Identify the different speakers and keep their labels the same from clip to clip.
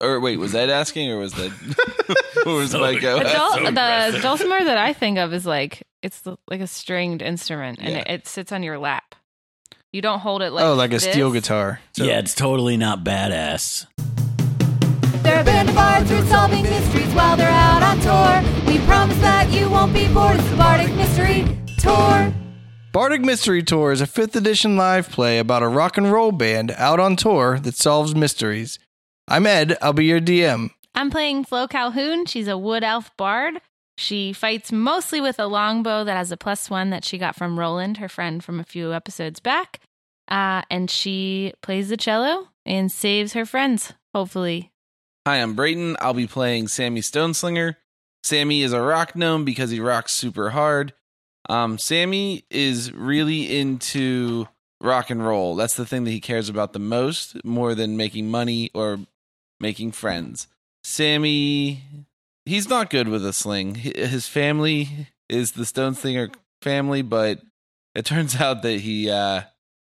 Speaker 1: Or wait, was that asking, or was that? or was my go?
Speaker 2: Adult,
Speaker 3: so
Speaker 2: the
Speaker 3: aggressive.
Speaker 2: dulcimer that I think of is like it's the, like a stringed instrument, and
Speaker 1: Yeah.
Speaker 2: it, it sits on your lap. You don't hold it like
Speaker 4: oh, like a
Speaker 2: this.
Speaker 4: steel guitar. So-
Speaker 3: yeah, it's totally not badass.
Speaker 5: They're a band of bards solving mysteries while they're out on tour. We promise that you won't be bored. It's the Bardic Mystery Tour.
Speaker 4: Bardic Mystery Tour is a 5th edition live play about a rock and roll band out on tour that solves mysteries. I'm Ed, I'll be your DM.
Speaker 2: I'm playing Flo Calhoun. She's a wood elf bard. She fights mostly with a longbow that has a plus one that she got from Roland, her friend from a few episodes back. Uh, and she plays the cello and saves her friends, hopefully.
Speaker 1: Hi, I'm Brayton. I'll be playing Sammy Stoneslinger. Sammy is a rock gnome because he rocks super hard. Um, Sammy is really into rock and roll. That's the thing that he cares about the most, more than making money or making friends. Sammy, he's not good with a sling. Hi- His family is the Stoneslinger family, but it turns out that he uh,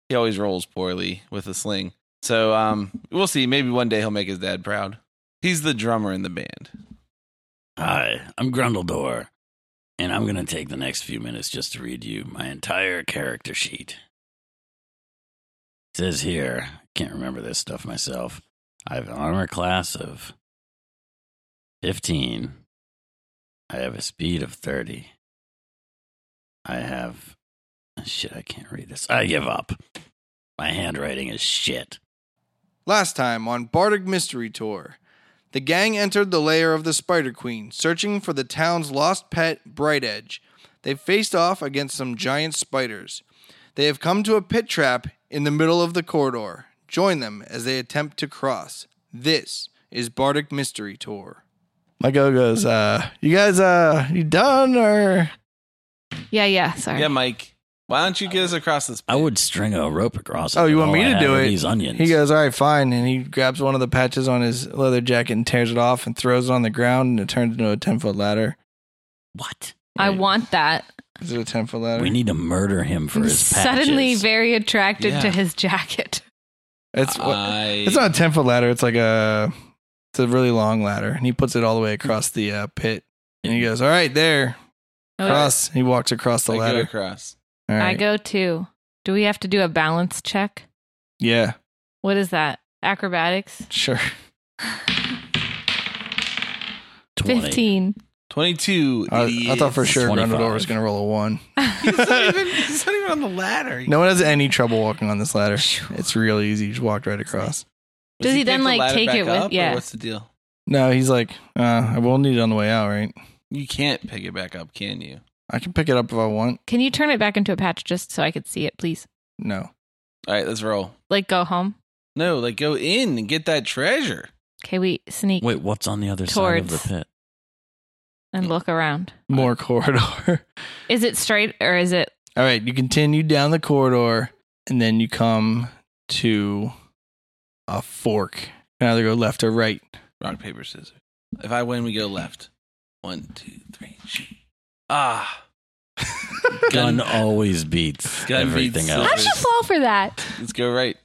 Speaker 1: he always rolls poorly with a sling. So um, we'll see. Maybe one day he'll make his dad proud. He's the drummer in the band.
Speaker 3: Hi, I'm Grundledor, and I'm going to take the next few minutes just to read you my entire character sheet. It says here, I can't remember this stuff myself. I have an armor class of 15. I have a speed of 30. I have. Shit, I can't read this. I give up. My handwriting is shit.
Speaker 4: Last time on Bardic Mystery Tour, the gang entered the lair of the Spider Queen, searching for the town's lost pet, Bright Edge. They faced off against some giant spiders. They have come to a pit trap in the middle of the corridor. Join them as they attempt to cross. This is Bardic Mystery Tour. My go goes, uh, you guys, uh, you done or?
Speaker 2: Yeah, yeah, sorry.
Speaker 1: Yeah, Mike. Why don't you get us across this?
Speaker 3: I would string a rope across. it,
Speaker 4: Oh, you
Speaker 3: but
Speaker 4: want
Speaker 3: all
Speaker 4: me
Speaker 3: I
Speaker 4: to
Speaker 3: have
Speaker 4: do
Speaker 3: are
Speaker 4: it?
Speaker 3: These onions.
Speaker 4: He goes, all right, fine. And he grabs one of the patches on his leather jacket and tears it off and throws it on the ground and it turns into a 10 foot ladder.
Speaker 3: What?
Speaker 2: I want that.
Speaker 4: Is it a 10 foot ladder?
Speaker 3: We need to murder him for
Speaker 2: I'm
Speaker 3: his patches.
Speaker 2: suddenly very attracted to
Speaker 1: Yeah.
Speaker 2: his jacket.
Speaker 4: it's, what-
Speaker 1: I-
Speaker 4: it's not a 10 foot ladder. It's like a, it's a really long ladder. And he puts it all the way across the uh, pit. And he goes, all right, there. Cross. He walks across the
Speaker 1: I go
Speaker 4: ladder.
Speaker 1: across.
Speaker 4: All right.
Speaker 2: Oh, I go too. Do we have to do a balance check?
Speaker 4: yeah,
Speaker 2: What is that? Acrobatics?
Speaker 4: sure.
Speaker 3: 20.
Speaker 2: 15.
Speaker 1: Twenty-two.
Speaker 4: I, I thought for
Speaker 1: idiots.
Speaker 4: sure
Speaker 3: 25.
Speaker 4: Grundledor was going to roll a one.
Speaker 1: he's, not even, he's not even on the ladder.
Speaker 4: No one has any trouble walking on this ladder.
Speaker 2: Phew.
Speaker 4: It's real easy. He just walked right across.
Speaker 2: Does he
Speaker 1: pick
Speaker 2: then,
Speaker 1: the
Speaker 2: like,
Speaker 1: ladder
Speaker 2: take
Speaker 1: back
Speaker 2: it with-
Speaker 1: up, or
Speaker 2: yeah.
Speaker 1: What's the deal?
Speaker 4: No, he's like, uh, I will need it on the way out, right?
Speaker 1: You can't pick it back up, can you?
Speaker 4: I can pick it up if I want.
Speaker 2: Can you turn it back into a patch just so I could see it, please?
Speaker 4: No.
Speaker 1: All right, let's roll.
Speaker 2: Like go home.
Speaker 1: No, like go in and get that treasure.
Speaker 2: Okay, we sneak
Speaker 3: Wait, what's on the other side of
Speaker 2: Towards.
Speaker 3: the pit?
Speaker 2: and look around.
Speaker 4: More corridor.
Speaker 2: Is it straight or is it
Speaker 4: All right, you continue down the corridor and then you come to a fork. You can either go left or right.
Speaker 1: Rock paper scissors. If I win, we go left. One, two, three. shoot. Ah,
Speaker 3: Gun always beats
Speaker 1: Gun
Speaker 3: everything
Speaker 1: beats
Speaker 3: else.
Speaker 1: How'd you
Speaker 2: fall for that?
Speaker 1: let's go right.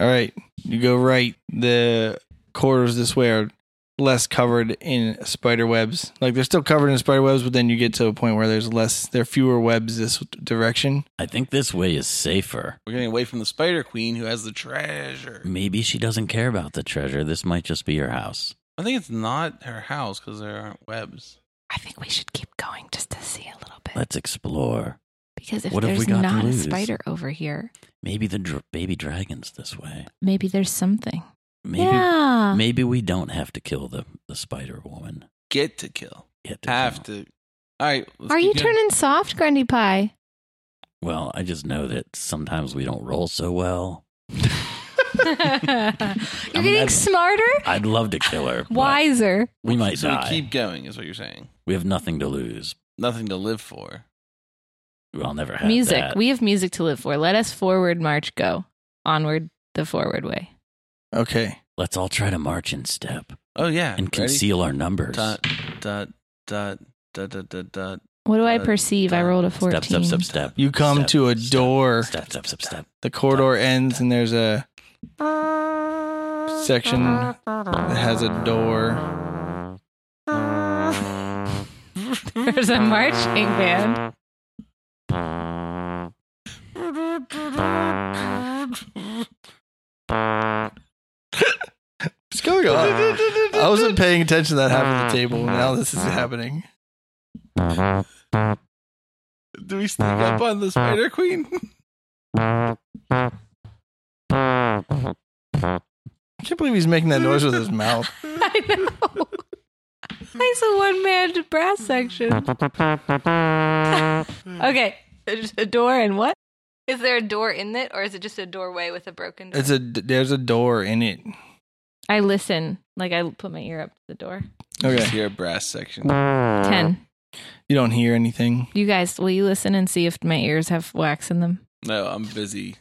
Speaker 4: All right, you go right. The corridors this way are less covered in spider webs. Like they're still covered in spider webs, but then you get to a point where there's less, there are fewer webs this direction.
Speaker 3: I think this way is safer.
Speaker 1: We're getting away from the Spider Queen who has the treasure.
Speaker 3: Maybe she doesn't care about the treasure. This might just be her house.
Speaker 1: I think it's not her house because there aren't webs.
Speaker 2: I think we should keep going just to see a little bit.
Speaker 3: Let's explore.
Speaker 2: because if
Speaker 3: what have we
Speaker 2: there's
Speaker 3: got to
Speaker 2: not a
Speaker 3: lose?
Speaker 2: spider over here,
Speaker 3: Maybe the dr- baby dragon's this way.
Speaker 2: maybe there's something.
Speaker 3: Maybe
Speaker 2: yeah.
Speaker 3: maybe we don't have to kill the, the spider woman.
Speaker 1: Get to kill.
Speaker 3: Yet
Speaker 1: Have to. All right. let's
Speaker 2: Are
Speaker 1: keep
Speaker 2: you
Speaker 1: going.
Speaker 2: turning soft, Grundy Pie?
Speaker 3: Well, I just know that sometimes we don't roll so well.
Speaker 2: You're getting
Speaker 3: I'd-
Speaker 2: smarter,
Speaker 3: I'd love to kill her. but
Speaker 2: wiser.
Speaker 3: We might
Speaker 1: So
Speaker 3: die.
Speaker 1: we keep going, is what you're saying.
Speaker 3: we have nothing to lose.
Speaker 1: Nothing to live for.
Speaker 3: I'll never have
Speaker 2: Music.
Speaker 3: that.
Speaker 2: We have music to live for. Let us forward march go. Onward the forward way.
Speaker 4: Okay.
Speaker 3: Let's all try to march in step
Speaker 1: Oh yeah.
Speaker 3: and
Speaker 1: Ready?
Speaker 3: conceal our numbers.
Speaker 1: Dot dot dot dot dot dot dot.
Speaker 2: What do I
Speaker 1: Uh,
Speaker 2: perceive? I
Speaker 1: uh,
Speaker 2: rolled a
Speaker 3: Step,
Speaker 2: 14.
Speaker 3: step, step, step.
Speaker 4: You come
Speaker 3: Step,
Speaker 4: to a
Speaker 3: step,
Speaker 4: door.
Speaker 3: Step, step, step, step.
Speaker 4: The corridor ends and there's a section that has a door.
Speaker 2: There's a marching band.
Speaker 4: What's going on? I wasn't paying attention to that half
Speaker 2: Mm,
Speaker 4: of the table. Now this is happening.
Speaker 1: Do we sneak up on the Spider Queen?
Speaker 4: I can't believe he's making that noise with his mouth.
Speaker 2: I know. Nice one man brass section. okay. There's a door and what? Is there a door in it or is it just a doorway with a broken
Speaker 4: It's a there's a door in it.
Speaker 2: I listen. Like I put my ear up to the door.
Speaker 1: Just
Speaker 4: Okay,
Speaker 1: hear a brass section.
Speaker 2: 10.
Speaker 4: you don't hear anything.
Speaker 2: You guys, will you listen and see if my ears have wax in them?
Speaker 1: No, I'm busy.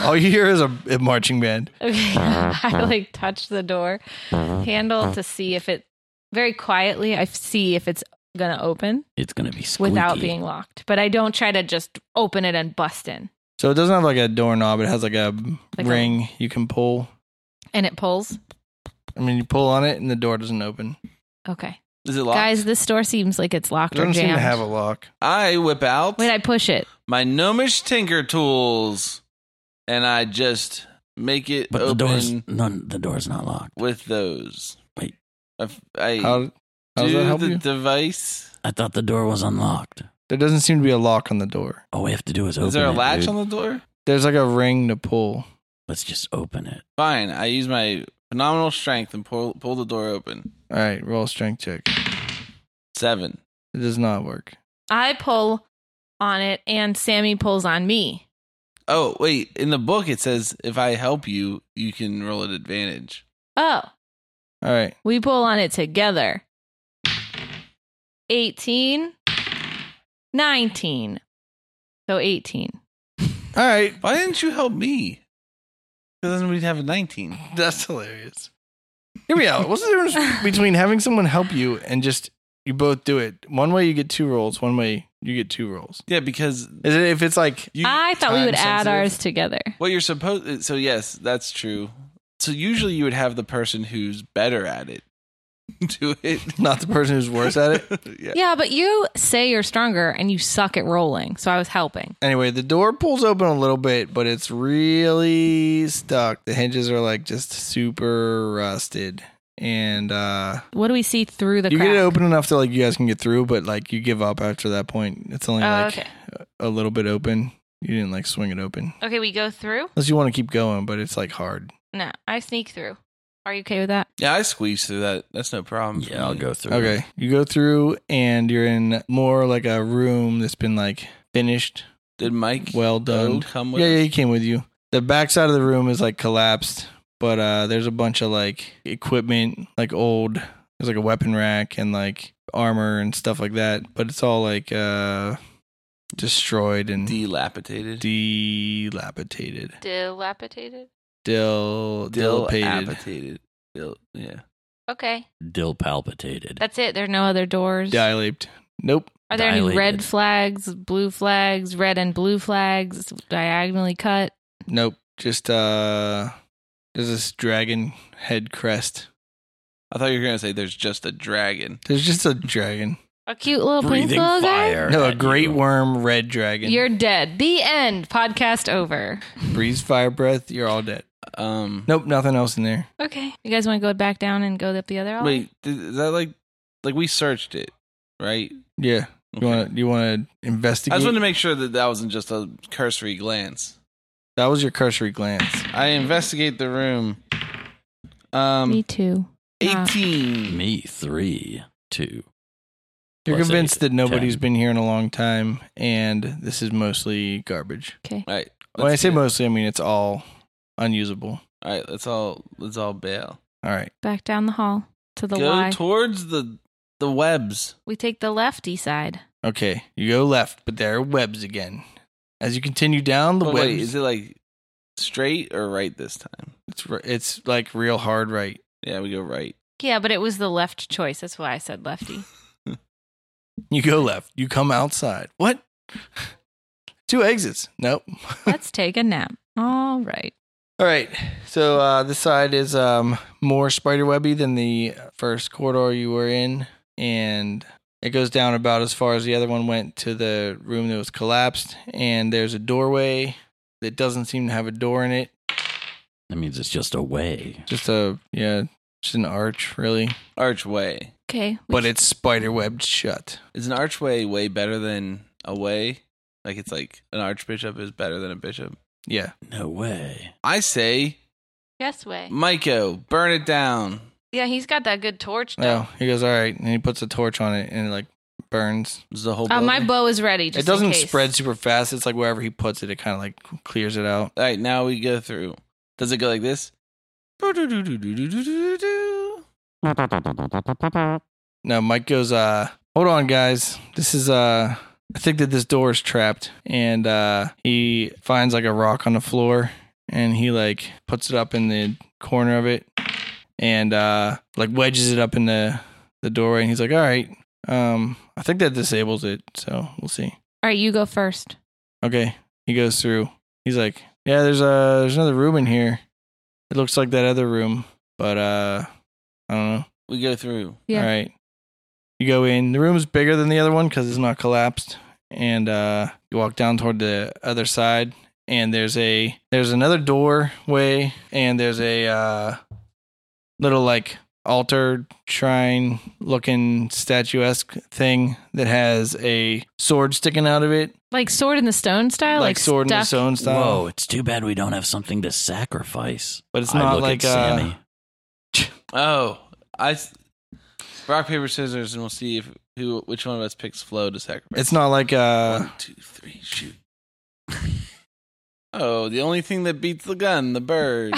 Speaker 4: All you hear is a, a marching band.
Speaker 2: Okay. I like touch the door handle to see if it very quietly I see if it's going to open
Speaker 3: It's gonna be squeaky.
Speaker 2: without being locked. But I don't try to just open it and bust in.
Speaker 4: So it doesn't have like a doorknob. It has like a
Speaker 2: Like a-
Speaker 4: ring you can pull.
Speaker 2: And it pulls.
Speaker 4: I mean, you pull on it and the door doesn't open.
Speaker 2: Okay.
Speaker 1: Is it locked?
Speaker 2: Guys, this door seems like it's
Speaker 4: It
Speaker 2: locked or
Speaker 4: doesn't
Speaker 2: jammed.
Speaker 4: seem to have a lock.
Speaker 1: I whip out
Speaker 2: Wait, I push it.
Speaker 1: my gnomish tinker tools and I just make it
Speaker 3: But the door's
Speaker 1: open
Speaker 3: none. The door's not locked.
Speaker 1: with those.
Speaker 3: Wait.
Speaker 1: I, f- I
Speaker 4: How, how does
Speaker 1: do
Speaker 4: that help
Speaker 1: the
Speaker 4: you?
Speaker 1: device.
Speaker 3: I thought the door was unlocked.
Speaker 4: There doesn't seem to be a lock on the door.
Speaker 3: All we have to do is open.
Speaker 1: Is there a
Speaker 3: it,
Speaker 1: latch
Speaker 3: dude.
Speaker 1: on the door?
Speaker 4: There's like a ring to pull.
Speaker 3: Let's just open it.
Speaker 1: Fine. I use my phenomenal strength and pull pull the door open.
Speaker 4: All right, roll a strength check.
Speaker 1: Seven.
Speaker 4: It does not work.
Speaker 2: I pull on it and Sammy pulls on me.
Speaker 1: Oh wait, in the book it says if I help you, you can roll at advantage.
Speaker 2: Oh,
Speaker 4: All right,
Speaker 2: we pull on it together. 18 19. So 18.
Speaker 4: all right.
Speaker 1: Why didn't you help me? Because then we'd have a nineteen.
Speaker 4: That's hilarious. Hear me out. What's the difference between having someone help you and just you both do it? One way you get two rolls. One way you get two rolls.
Speaker 1: Yeah, because
Speaker 4: Is it if it's like
Speaker 1: you
Speaker 2: I thought we would
Speaker 4: time
Speaker 2: add
Speaker 4: sensitive.
Speaker 2: ours together.
Speaker 1: Well, you're supposed. So yes, that's true. So usually you would have the person who's better at it do it.
Speaker 4: not the person who's worse at it?
Speaker 1: yeah.
Speaker 2: Yeah, but you say you're stronger and you suck at rolling. So I was helping.
Speaker 4: Anyway, the door pulls open a little bit, but it's really stuck. The hinges are like just super rusted. And uh
Speaker 2: What do we see through the
Speaker 4: you
Speaker 2: crack?
Speaker 4: get it open enough to like you guys can get through, but like you give up after that point. It's only
Speaker 2: Oh,
Speaker 4: like
Speaker 2: okay.
Speaker 4: a little bit open. You didn't like swing it open.
Speaker 2: Okay, we go through?
Speaker 4: Unless you want to keep going, but it's like hard.
Speaker 2: No, I sneak through. Are you okay with that?
Speaker 1: Yeah, I squeeze through that. That's no problem.
Speaker 3: Yeah, I'll go through.
Speaker 4: Um, Okay.
Speaker 3: it.
Speaker 4: You go through and you're in more like a room that's been like finished,
Speaker 1: Did Mike
Speaker 4: well
Speaker 1: Doe
Speaker 4: done.
Speaker 1: come with?
Speaker 4: Yeah, yeah,
Speaker 1: us?
Speaker 4: he came with you. The back side of the room is like collapsed, but uh there's a bunch of like equipment, like old there's like a weapon rack and like armor and stuff like that, but it's all like uh destroyed and
Speaker 1: Dilapidated.
Speaker 4: dilapidated.
Speaker 2: Dilapidated.
Speaker 4: Dill dilapidated.
Speaker 1: Dilapidated. Dil- yeah.
Speaker 2: Okay.
Speaker 3: Dill palpitated.
Speaker 2: That's it. There are no other doors.
Speaker 4: Dilaped. Nope.
Speaker 2: Are there any red
Speaker 3: Dilated.
Speaker 2: flags, blue flags, red and blue flags, diagonally cut?
Speaker 4: Nope. Just uh there's this dragon head crest.
Speaker 1: I thought you were gonna say there's just a dragon.
Speaker 4: There's just a dragon.
Speaker 2: A cute little pink eh?
Speaker 3: Breathing
Speaker 2: little guy?
Speaker 3: fire.
Speaker 4: No, a
Speaker 3: at
Speaker 4: great
Speaker 3: you.
Speaker 4: worm red dragon.
Speaker 2: You're dead. The end. Podcast over.
Speaker 4: Breeze fire breath, you're all dead.
Speaker 1: Um.
Speaker 4: Nope, nothing else in there.
Speaker 2: Okay. You guys want to go back down and go up the other alley?
Speaker 1: Wait. th- Is that like like we searched it, right?
Speaker 4: Yeah.
Speaker 1: Okay.
Speaker 4: You want to you want to
Speaker 1: I
Speaker 4: investigate?
Speaker 1: just wanted to make sure that that wasn't just a cursory glance.
Speaker 4: that was your cursory glance.
Speaker 1: I investigate the room. Um.
Speaker 2: Me too. Nah.
Speaker 1: 18.
Speaker 3: Me three two.
Speaker 4: You're
Speaker 3: Plus
Speaker 4: convinced
Speaker 3: eight,
Speaker 4: that nobody's
Speaker 3: ten.
Speaker 4: been here in a long time, and this is mostly garbage.
Speaker 2: Okay.
Speaker 1: All right.
Speaker 4: when I
Speaker 1: let's
Speaker 4: say
Speaker 1: get-
Speaker 4: mostly, I mean it's all unusable.
Speaker 1: all right, let's all let's all bail.
Speaker 4: All right.
Speaker 2: Back down the hall to the
Speaker 1: Go
Speaker 2: Y.
Speaker 1: towards the the webs.
Speaker 2: we take the lefty side.
Speaker 4: Okay. You go left, but there are webs again. As you continue down the
Speaker 1: But
Speaker 4: webs,
Speaker 1: wait, is it like straight or right this time?
Speaker 4: it's re- it's like real hard right.
Speaker 1: Yeah, we go right.
Speaker 2: Yeah, but it was the left choice. That's why I said lefty.
Speaker 4: You go left. You come outside. What? Two exits. Nope.
Speaker 2: Let's take a nap. All right.
Speaker 4: All right. So uh, this side is um, more spider webby than the first corridor you were in, and it goes down about as far as the other one went to the room that was collapsed. And there's a doorway that doesn't seem to have a door in it.
Speaker 3: That means it's just a way.
Speaker 4: Just a yeah, just an arch really,
Speaker 1: Archway.
Speaker 2: Okay.
Speaker 4: but it's spider webbed shut.
Speaker 1: Is an archway way better than a way? Like it's like an archbishop is better than a bishop.
Speaker 4: Yeah.
Speaker 3: No way.
Speaker 1: I say,
Speaker 2: Yes way.
Speaker 1: Maiko, burn it down.
Speaker 2: Yeah, he's got that good torch. though. Uh,
Speaker 4: Oh, he goes all right, and he puts a torch on it, and it, like burns.
Speaker 1: This is the whole.
Speaker 2: Uh, my
Speaker 1: building.
Speaker 2: bow is ready. Just
Speaker 4: it doesn't
Speaker 2: in case.
Speaker 4: spread super fast. It's like wherever he puts it, it kind of like clears it out.
Speaker 1: All right, now we go through. Does it go like this?
Speaker 4: No, Mike goes, uh, hold on guys. This is uh I think that this door is trapped and uh he finds like a rock on the floor and he like puts it up in the corner of it and uh like wedges it up in the the doorway and he's like, All right, um I think that disables it, so we'll see.
Speaker 2: All right, you go first.
Speaker 4: Okay. He goes through. He's like, Yeah, there's a there's another room in here. It looks like that other room, but uh I don't know.
Speaker 1: We go through.
Speaker 2: Yeah.
Speaker 4: All right. You go in. The room's bigger than the other one because it's not collapsed. And uh, you walk down toward the other side, and there's a there's another doorway, and there's a uh, little like altar shrine looking statuesque thing that has a sword sticking out of it,
Speaker 2: Like sword in the stone style. Like,
Speaker 4: sword in the
Speaker 2: stuck-
Speaker 4: stone style.
Speaker 3: Whoa, it's too bad we don't have something to sacrifice.
Speaker 4: But it's
Speaker 3: I
Speaker 4: not
Speaker 3: look
Speaker 4: like
Speaker 3: at
Speaker 4: uh,
Speaker 3: Sammy.
Speaker 1: Oh, I s- rock paper scissors, and we'll see if who which one of us picks flow to sacrifice.
Speaker 4: it's not like uh,
Speaker 1: one, two, three, shoot. oh, the only thing that beats the gun, the bird.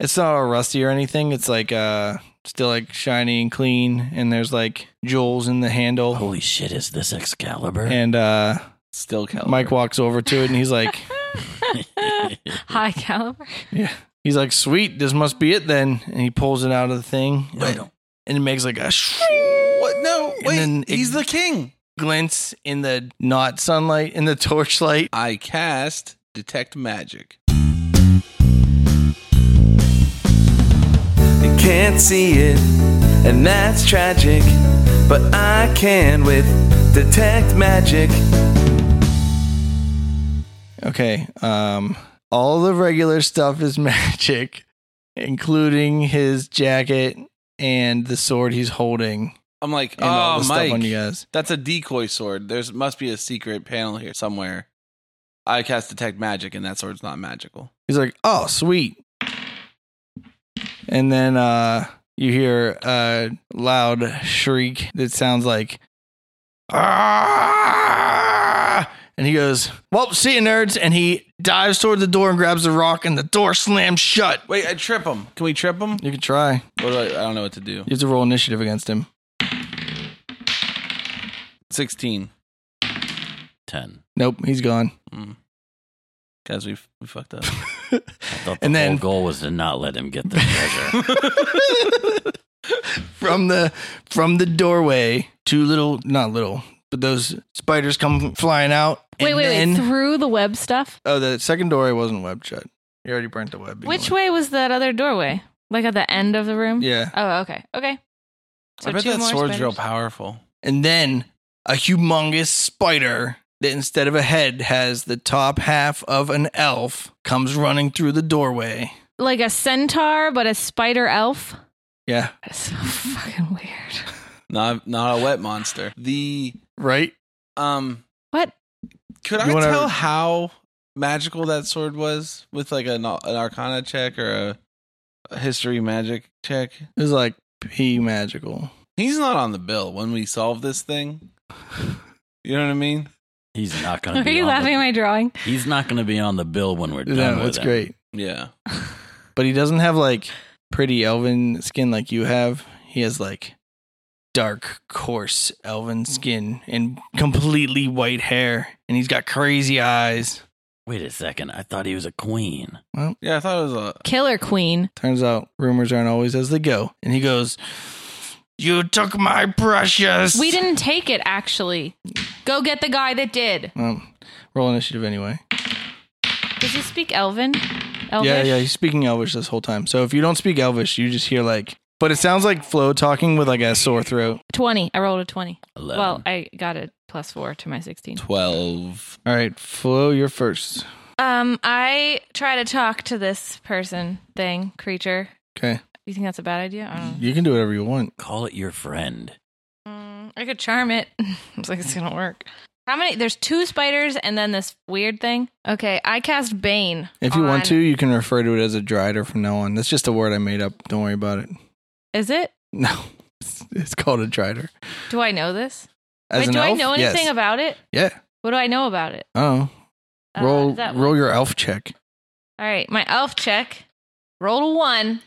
Speaker 4: It's not all rusty or anything. It's like uh still like shiny and clean and there's like jewels in the handle.
Speaker 3: Holy shit, is this Excalibur?
Speaker 4: And uh
Speaker 1: Still
Speaker 3: Oh,
Speaker 1: count.
Speaker 4: Mike walks over to it and he's like
Speaker 2: High caliber.
Speaker 4: Yeah. He's like, Sweet, this must be it then and he pulls it out of the thing.
Speaker 3: No,
Speaker 4: and,
Speaker 3: no.
Speaker 4: and it makes like a sh-
Speaker 1: What? No,
Speaker 4: And
Speaker 1: wait.
Speaker 4: then it-
Speaker 1: he's the king.
Speaker 4: glints in the not sunlight in the torchlight.
Speaker 1: I cast detect magic.
Speaker 6: You can't see it, and that's tragic. But I can with detect magic.
Speaker 4: Okay. Um all the regular stuff is magic, including his jacket and the sword he's holding
Speaker 1: I'm like,
Speaker 4: and all
Speaker 1: oh,
Speaker 4: the
Speaker 1: Mike.
Speaker 4: stuff on you guys.
Speaker 1: That's a decoy sword. There's must be a secret panel here somewhere. I cast detect magic, and that sword's not magical.
Speaker 4: He's like, "Oh, sweet." And then uh you hear a loud shriek that sounds like "Ah!" and he goes, "Well, see you nerds." And he dives toward the door and grabs the rock and the door slams shut.
Speaker 1: Wait, I trip him. Can we trip him?
Speaker 4: You can try.
Speaker 1: What do I, I don't know what to do.
Speaker 4: You have to roll initiative against him.
Speaker 1: Sixteen,
Speaker 3: Ten.
Speaker 4: Nope, he's gone.
Speaker 1: guys. We we fucked up.
Speaker 3: I thought the
Speaker 4: And
Speaker 3: whole
Speaker 4: then-
Speaker 3: goal was to not let him get the treasure.
Speaker 4: from the from the doorway, two little not little, but those spiders come flying out.
Speaker 2: Wait,
Speaker 4: and
Speaker 2: wait,
Speaker 4: then-
Speaker 2: wait. Through the web stuff.
Speaker 4: Oh, the second doorway wasn't web shut. You already burnt the web.
Speaker 2: Which
Speaker 4: one?
Speaker 2: way was that other doorway? Like at the end of the room?
Speaker 4: Yeah.
Speaker 2: Oh, okay. Okay.
Speaker 1: I bet
Speaker 2: two
Speaker 1: that
Speaker 2: more
Speaker 1: sword's real
Speaker 2: spiders.
Speaker 1: powerful.
Speaker 4: And then a humongous spider that instead of a head has the top half of an elf comes running through the doorway.
Speaker 2: Like a centaur, but a spider elf.
Speaker 4: Yeah.
Speaker 2: That's so fucking weird.
Speaker 1: Not not a wet monster. The
Speaker 4: Right?
Speaker 1: um,
Speaker 2: What?
Speaker 1: could
Speaker 4: You
Speaker 1: I
Speaker 4: wanna-
Speaker 1: tell how magical that sword was with like an an Arcana check or a, a history magic check?
Speaker 4: It was like P magical.
Speaker 1: He's not on the bill when we solve this thing. You know what I mean?
Speaker 3: He's not going
Speaker 2: Are
Speaker 3: to be
Speaker 2: you
Speaker 3: on
Speaker 2: laughing
Speaker 3: the,
Speaker 2: at my drawing?
Speaker 3: He's not going to be on the bill when we're done
Speaker 4: No,
Speaker 3: with
Speaker 4: it's
Speaker 3: him.
Speaker 4: great.
Speaker 1: Yeah.
Speaker 4: But he doesn't have like pretty elven skin like you have. He has like dark, coarse elven skin and completely white hair. And he's got crazy eyes.
Speaker 3: Wait a second. I thought he was a queen.
Speaker 1: Yeah, I thought it was a
Speaker 2: Killer queen.
Speaker 4: Turns out rumors aren't always as they go. And he goes, You took my precious.
Speaker 2: We didn't take it, actually. Go get the guy that did.
Speaker 4: Um, roll initiative anyway.
Speaker 2: Does he speak Elven? Elvish?
Speaker 4: Yeah, yeah, he's speaking Elvish this whole time. So if you don't speak Elvish, you just hear like, but it sounds like Flo talking with like a sore throat.
Speaker 2: 20. I rolled a 20.
Speaker 3: 11.
Speaker 2: Well, I got a plus four to my 16.
Speaker 1: 12.
Speaker 4: All right, Flo, you're first.
Speaker 2: Um, I try to talk to this person, thing, creature.
Speaker 4: Okay,
Speaker 2: You think that's a bad idea? I don't know.
Speaker 4: you can do whatever you want.
Speaker 3: Call it your friend.
Speaker 2: Mm, I could charm it. I was like, it's gonna work. How many? There's two spiders and then this weird thing. Okay, I cast Bane.
Speaker 4: If you want
Speaker 2: on-
Speaker 4: to, you can refer to it as a drider from now on. That's just a word I made up. Don't worry about it.
Speaker 2: Is it?
Speaker 4: No, it's, it's called a drider.
Speaker 2: Do I know this?
Speaker 4: As
Speaker 2: Wait,
Speaker 4: an
Speaker 2: do I
Speaker 4: elf,
Speaker 2: know anything
Speaker 4: yes.
Speaker 2: about it?
Speaker 4: Yeah.
Speaker 2: What do I know about it?
Speaker 4: Oh,
Speaker 2: Uh,
Speaker 4: roll
Speaker 2: is that-
Speaker 4: roll your elf check.
Speaker 2: All right, my elf check. Roll a one.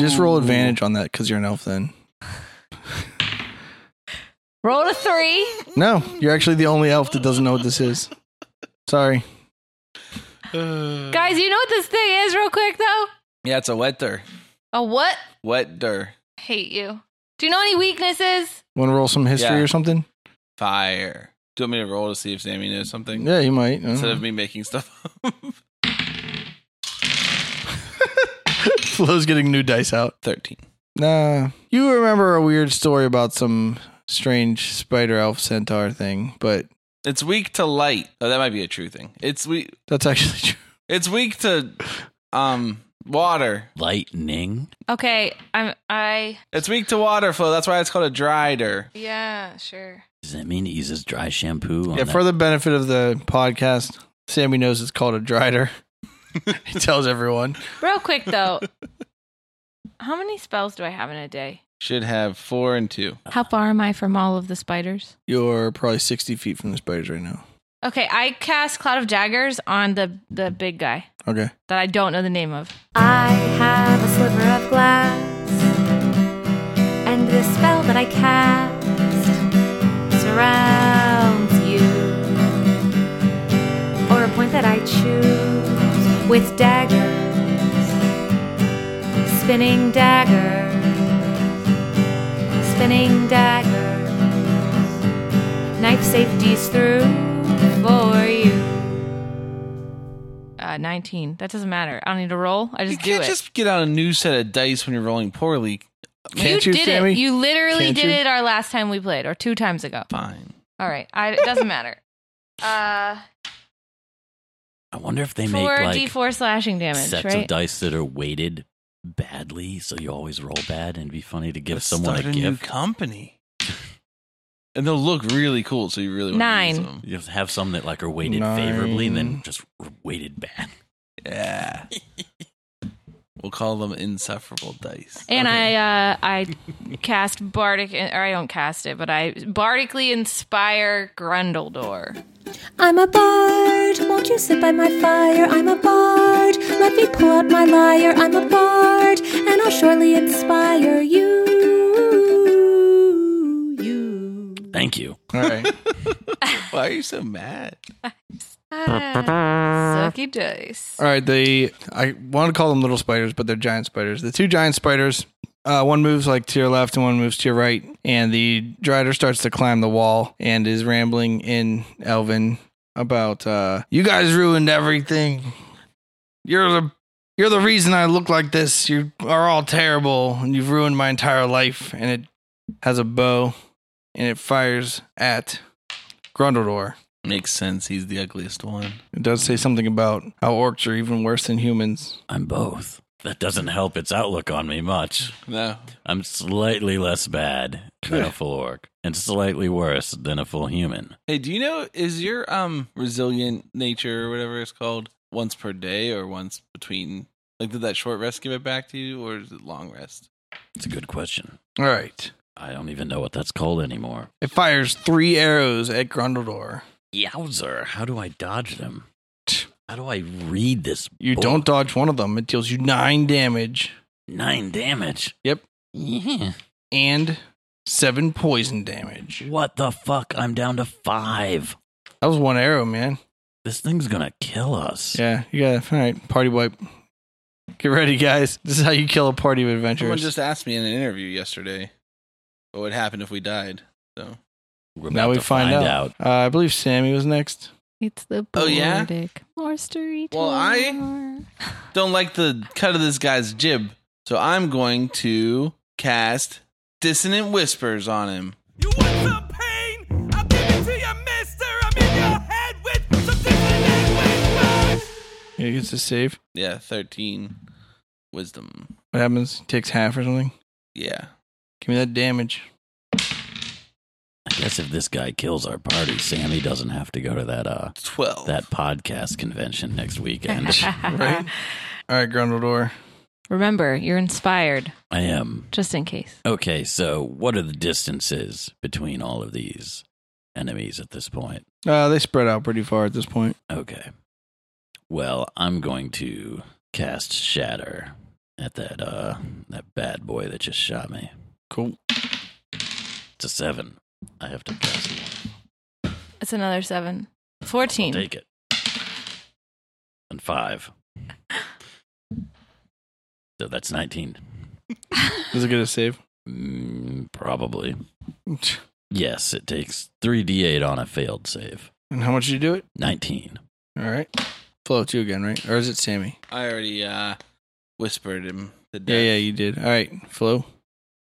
Speaker 4: Just roll advantage on that because you're an elf. Then
Speaker 2: Roll a three.
Speaker 4: no, you're actually the only elf that doesn't know what this is. Sorry.
Speaker 2: Guys, you know what this thing is, real quick though.
Speaker 1: Yeah, it's a wet der.
Speaker 2: A what?
Speaker 1: Wet der.
Speaker 2: Hate you. Do you know any weaknesses?
Speaker 4: Want to roll some history
Speaker 1: Yeah.
Speaker 4: or something?
Speaker 1: Fire. Do you want me to roll to see if Sammy knows something?
Speaker 4: Yeah, you might. Uh, I don't
Speaker 1: Instead
Speaker 4: know.
Speaker 1: of me making stuff up.
Speaker 4: Flo's getting new dice out.
Speaker 1: 13.
Speaker 4: Nah. You remember a weird story about some strange spider elf centaur thing, but
Speaker 1: It's weak to light. Oh, that might be a true thing. It's weak.
Speaker 4: that's actually true.
Speaker 1: It's weak to um water.
Speaker 3: Lightning.
Speaker 2: Okay, I'm. I
Speaker 1: It's weak to water flow. That's why it's called a drider.
Speaker 2: yeah, sure.
Speaker 3: Does that mean it uses dry shampoo? On
Speaker 4: Yeah,
Speaker 3: that?
Speaker 4: for the benefit of the podcast, Sammy knows it's called a drider. he tells everyone.
Speaker 2: Real quick though, how many spells do I have in a day?
Speaker 1: Should have four and two.
Speaker 2: How far am I from all of the spiders?
Speaker 4: You're probably 60 feet from the spiders right now.
Speaker 2: Okay, I cast Cloud of Daggers on the the big guy
Speaker 4: Okay.
Speaker 2: that I don't know the name of.
Speaker 5: I have a sliver of glass, and the spell that I cast surrounds you, or a point that I choose with daggers, spinning daggers, spinning daggers, knife safety's through for you.
Speaker 2: Uh, 19. That doesn't matter. I don't need to roll. I
Speaker 1: You
Speaker 2: just do
Speaker 1: can't
Speaker 2: it.
Speaker 1: just get out a new set of dice when you're rolling poorly.
Speaker 4: Can't you,
Speaker 2: did
Speaker 4: Sammy?
Speaker 2: it. You literally
Speaker 4: Can't
Speaker 2: did
Speaker 4: you?
Speaker 2: it our last time we played, or two times ago.
Speaker 1: Fine.
Speaker 2: All right. I, it doesn't matter. Uh,
Speaker 3: I wonder if they make
Speaker 2: four
Speaker 3: like
Speaker 2: d4 slashing damage,
Speaker 3: sets of
Speaker 2: right?
Speaker 3: dice that are weighted badly, so you always roll bad, and it'd be funny to give
Speaker 1: Let's
Speaker 3: someone
Speaker 1: start
Speaker 3: a
Speaker 1: new
Speaker 3: gift.
Speaker 1: company. And they'll look really cool, so you really want
Speaker 2: Nine.
Speaker 1: to use them.
Speaker 3: You just have some that like are weighted favorably, and then just r- weighted bad.
Speaker 1: Yeah. we'll call them insufferable dice.
Speaker 2: And I uh, I cast bardic, or I don't cast it, but I bardically inspire Grundledor.
Speaker 5: I'm a bard, won't you sit by my fire? I'm a bard, let me pull out my lyre. I'm a bard, and I'll surely inspire you. You.
Speaker 3: Thank you.
Speaker 4: All right.
Speaker 1: Why are you so mad?
Speaker 2: Ah, Sucky dice.
Speaker 4: All right, the I want to call them little spiders, but they're giant spiders. The two giant spiders, uh, one moves like to your left and one moves to your right, and the drider starts to climb the wall and is rambling in Elvin about uh, you guys ruined everything. You're the you're the reason I look like this. You are all terrible, and you've ruined my entire life. And it has a bow, and it fires at Grundledor.
Speaker 1: Makes sense. He's the ugliest one.
Speaker 4: It does say something about how orcs are even worse than humans.
Speaker 3: I'm both. That doesn't help its outlook on me much.
Speaker 1: No.
Speaker 3: I'm slightly less bad than a full orc, and slightly worse than a full human.
Speaker 1: Hey, do you know is your um resilient nature or whatever it's called once per day or once between like did that short rest give it back to you or is it long rest?
Speaker 3: It's a good question.
Speaker 4: All right.
Speaker 3: I don't even know what that's called anymore.
Speaker 4: It fires three arrows at Grundledor.
Speaker 3: Yowzer! How do I dodge them? How do I read this?
Speaker 4: You
Speaker 3: book?
Speaker 4: don't dodge one of them. It deals you nine damage
Speaker 3: nine damage.
Speaker 4: Yep.
Speaker 3: Yeah.
Speaker 4: and seven poison damage.
Speaker 3: What the fuck? I'm down to five.
Speaker 4: That was one arrow, man.
Speaker 3: This thing's gonna kill us.
Speaker 4: Yeah, you got all right. Party wipe. Get ready, guys. This is how you kill a party of
Speaker 1: Someone
Speaker 4: adventurers.
Speaker 1: just asked me in an interview yesterday what would happen if we died. So
Speaker 3: We're
Speaker 4: now
Speaker 3: about
Speaker 4: we
Speaker 3: to
Speaker 4: find, out. Uh, I believe Sammy was next.
Speaker 2: It's the
Speaker 1: Oh, yeah?
Speaker 2: Bardic Mastery
Speaker 1: Well, I-
Speaker 2: Tour.
Speaker 1: Don't like the cut of this guy's jib, so I'm going to cast Dissonant Whispers on him.
Speaker 7: You want some pain? I'll give it to you, mister. I'm in your head with some different language.
Speaker 4: He gets to save.
Speaker 1: Yeah, 13 wisdom.
Speaker 4: What happens? Takes half or something.
Speaker 1: Yeah.
Speaker 4: Give me that damage.
Speaker 3: I guess if this guy kills our party, Sammy doesn't have to go to that uh
Speaker 1: 12.
Speaker 3: that podcast convention next weekend.
Speaker 4: Right? All right, Grundledor.
Speaker 2: Remember, you're inspired,
Speaker 3: I am.
Speaker 2: just in case.
Speaker 3: Okay, so what are the distances between all of these enemies at this point?
Speaker 4: Uh, they spread out pretty far at this point.
Speaker 3: Okay. Well, I'm going to cast Shatter at that uh that bad boy that just shot me.
Speaker 4: Cool.
Speaker 3: It's a seven. I have to cast it.
Speaker 2: It's another seven.
Speaker 3: I'll
Speaker 2: 14.
Speaker 3: take it. And five. So that's nineteen.
Speaker 4: Does it get a save?
Speaker 3: Mm, probably.
Speaker 4: And
Speaker 3: Yes, it takes three D eight on a failed save.
Speaker 4: how much did you do it?
Speaker 3: Nineteen.
Speaker 4: All right. Flow two again, right? Or is it Sammy?
Speaker 1: I already uh, whispered him the death.
Speaker 4: Yeah, yeah, you did. All right, Flow.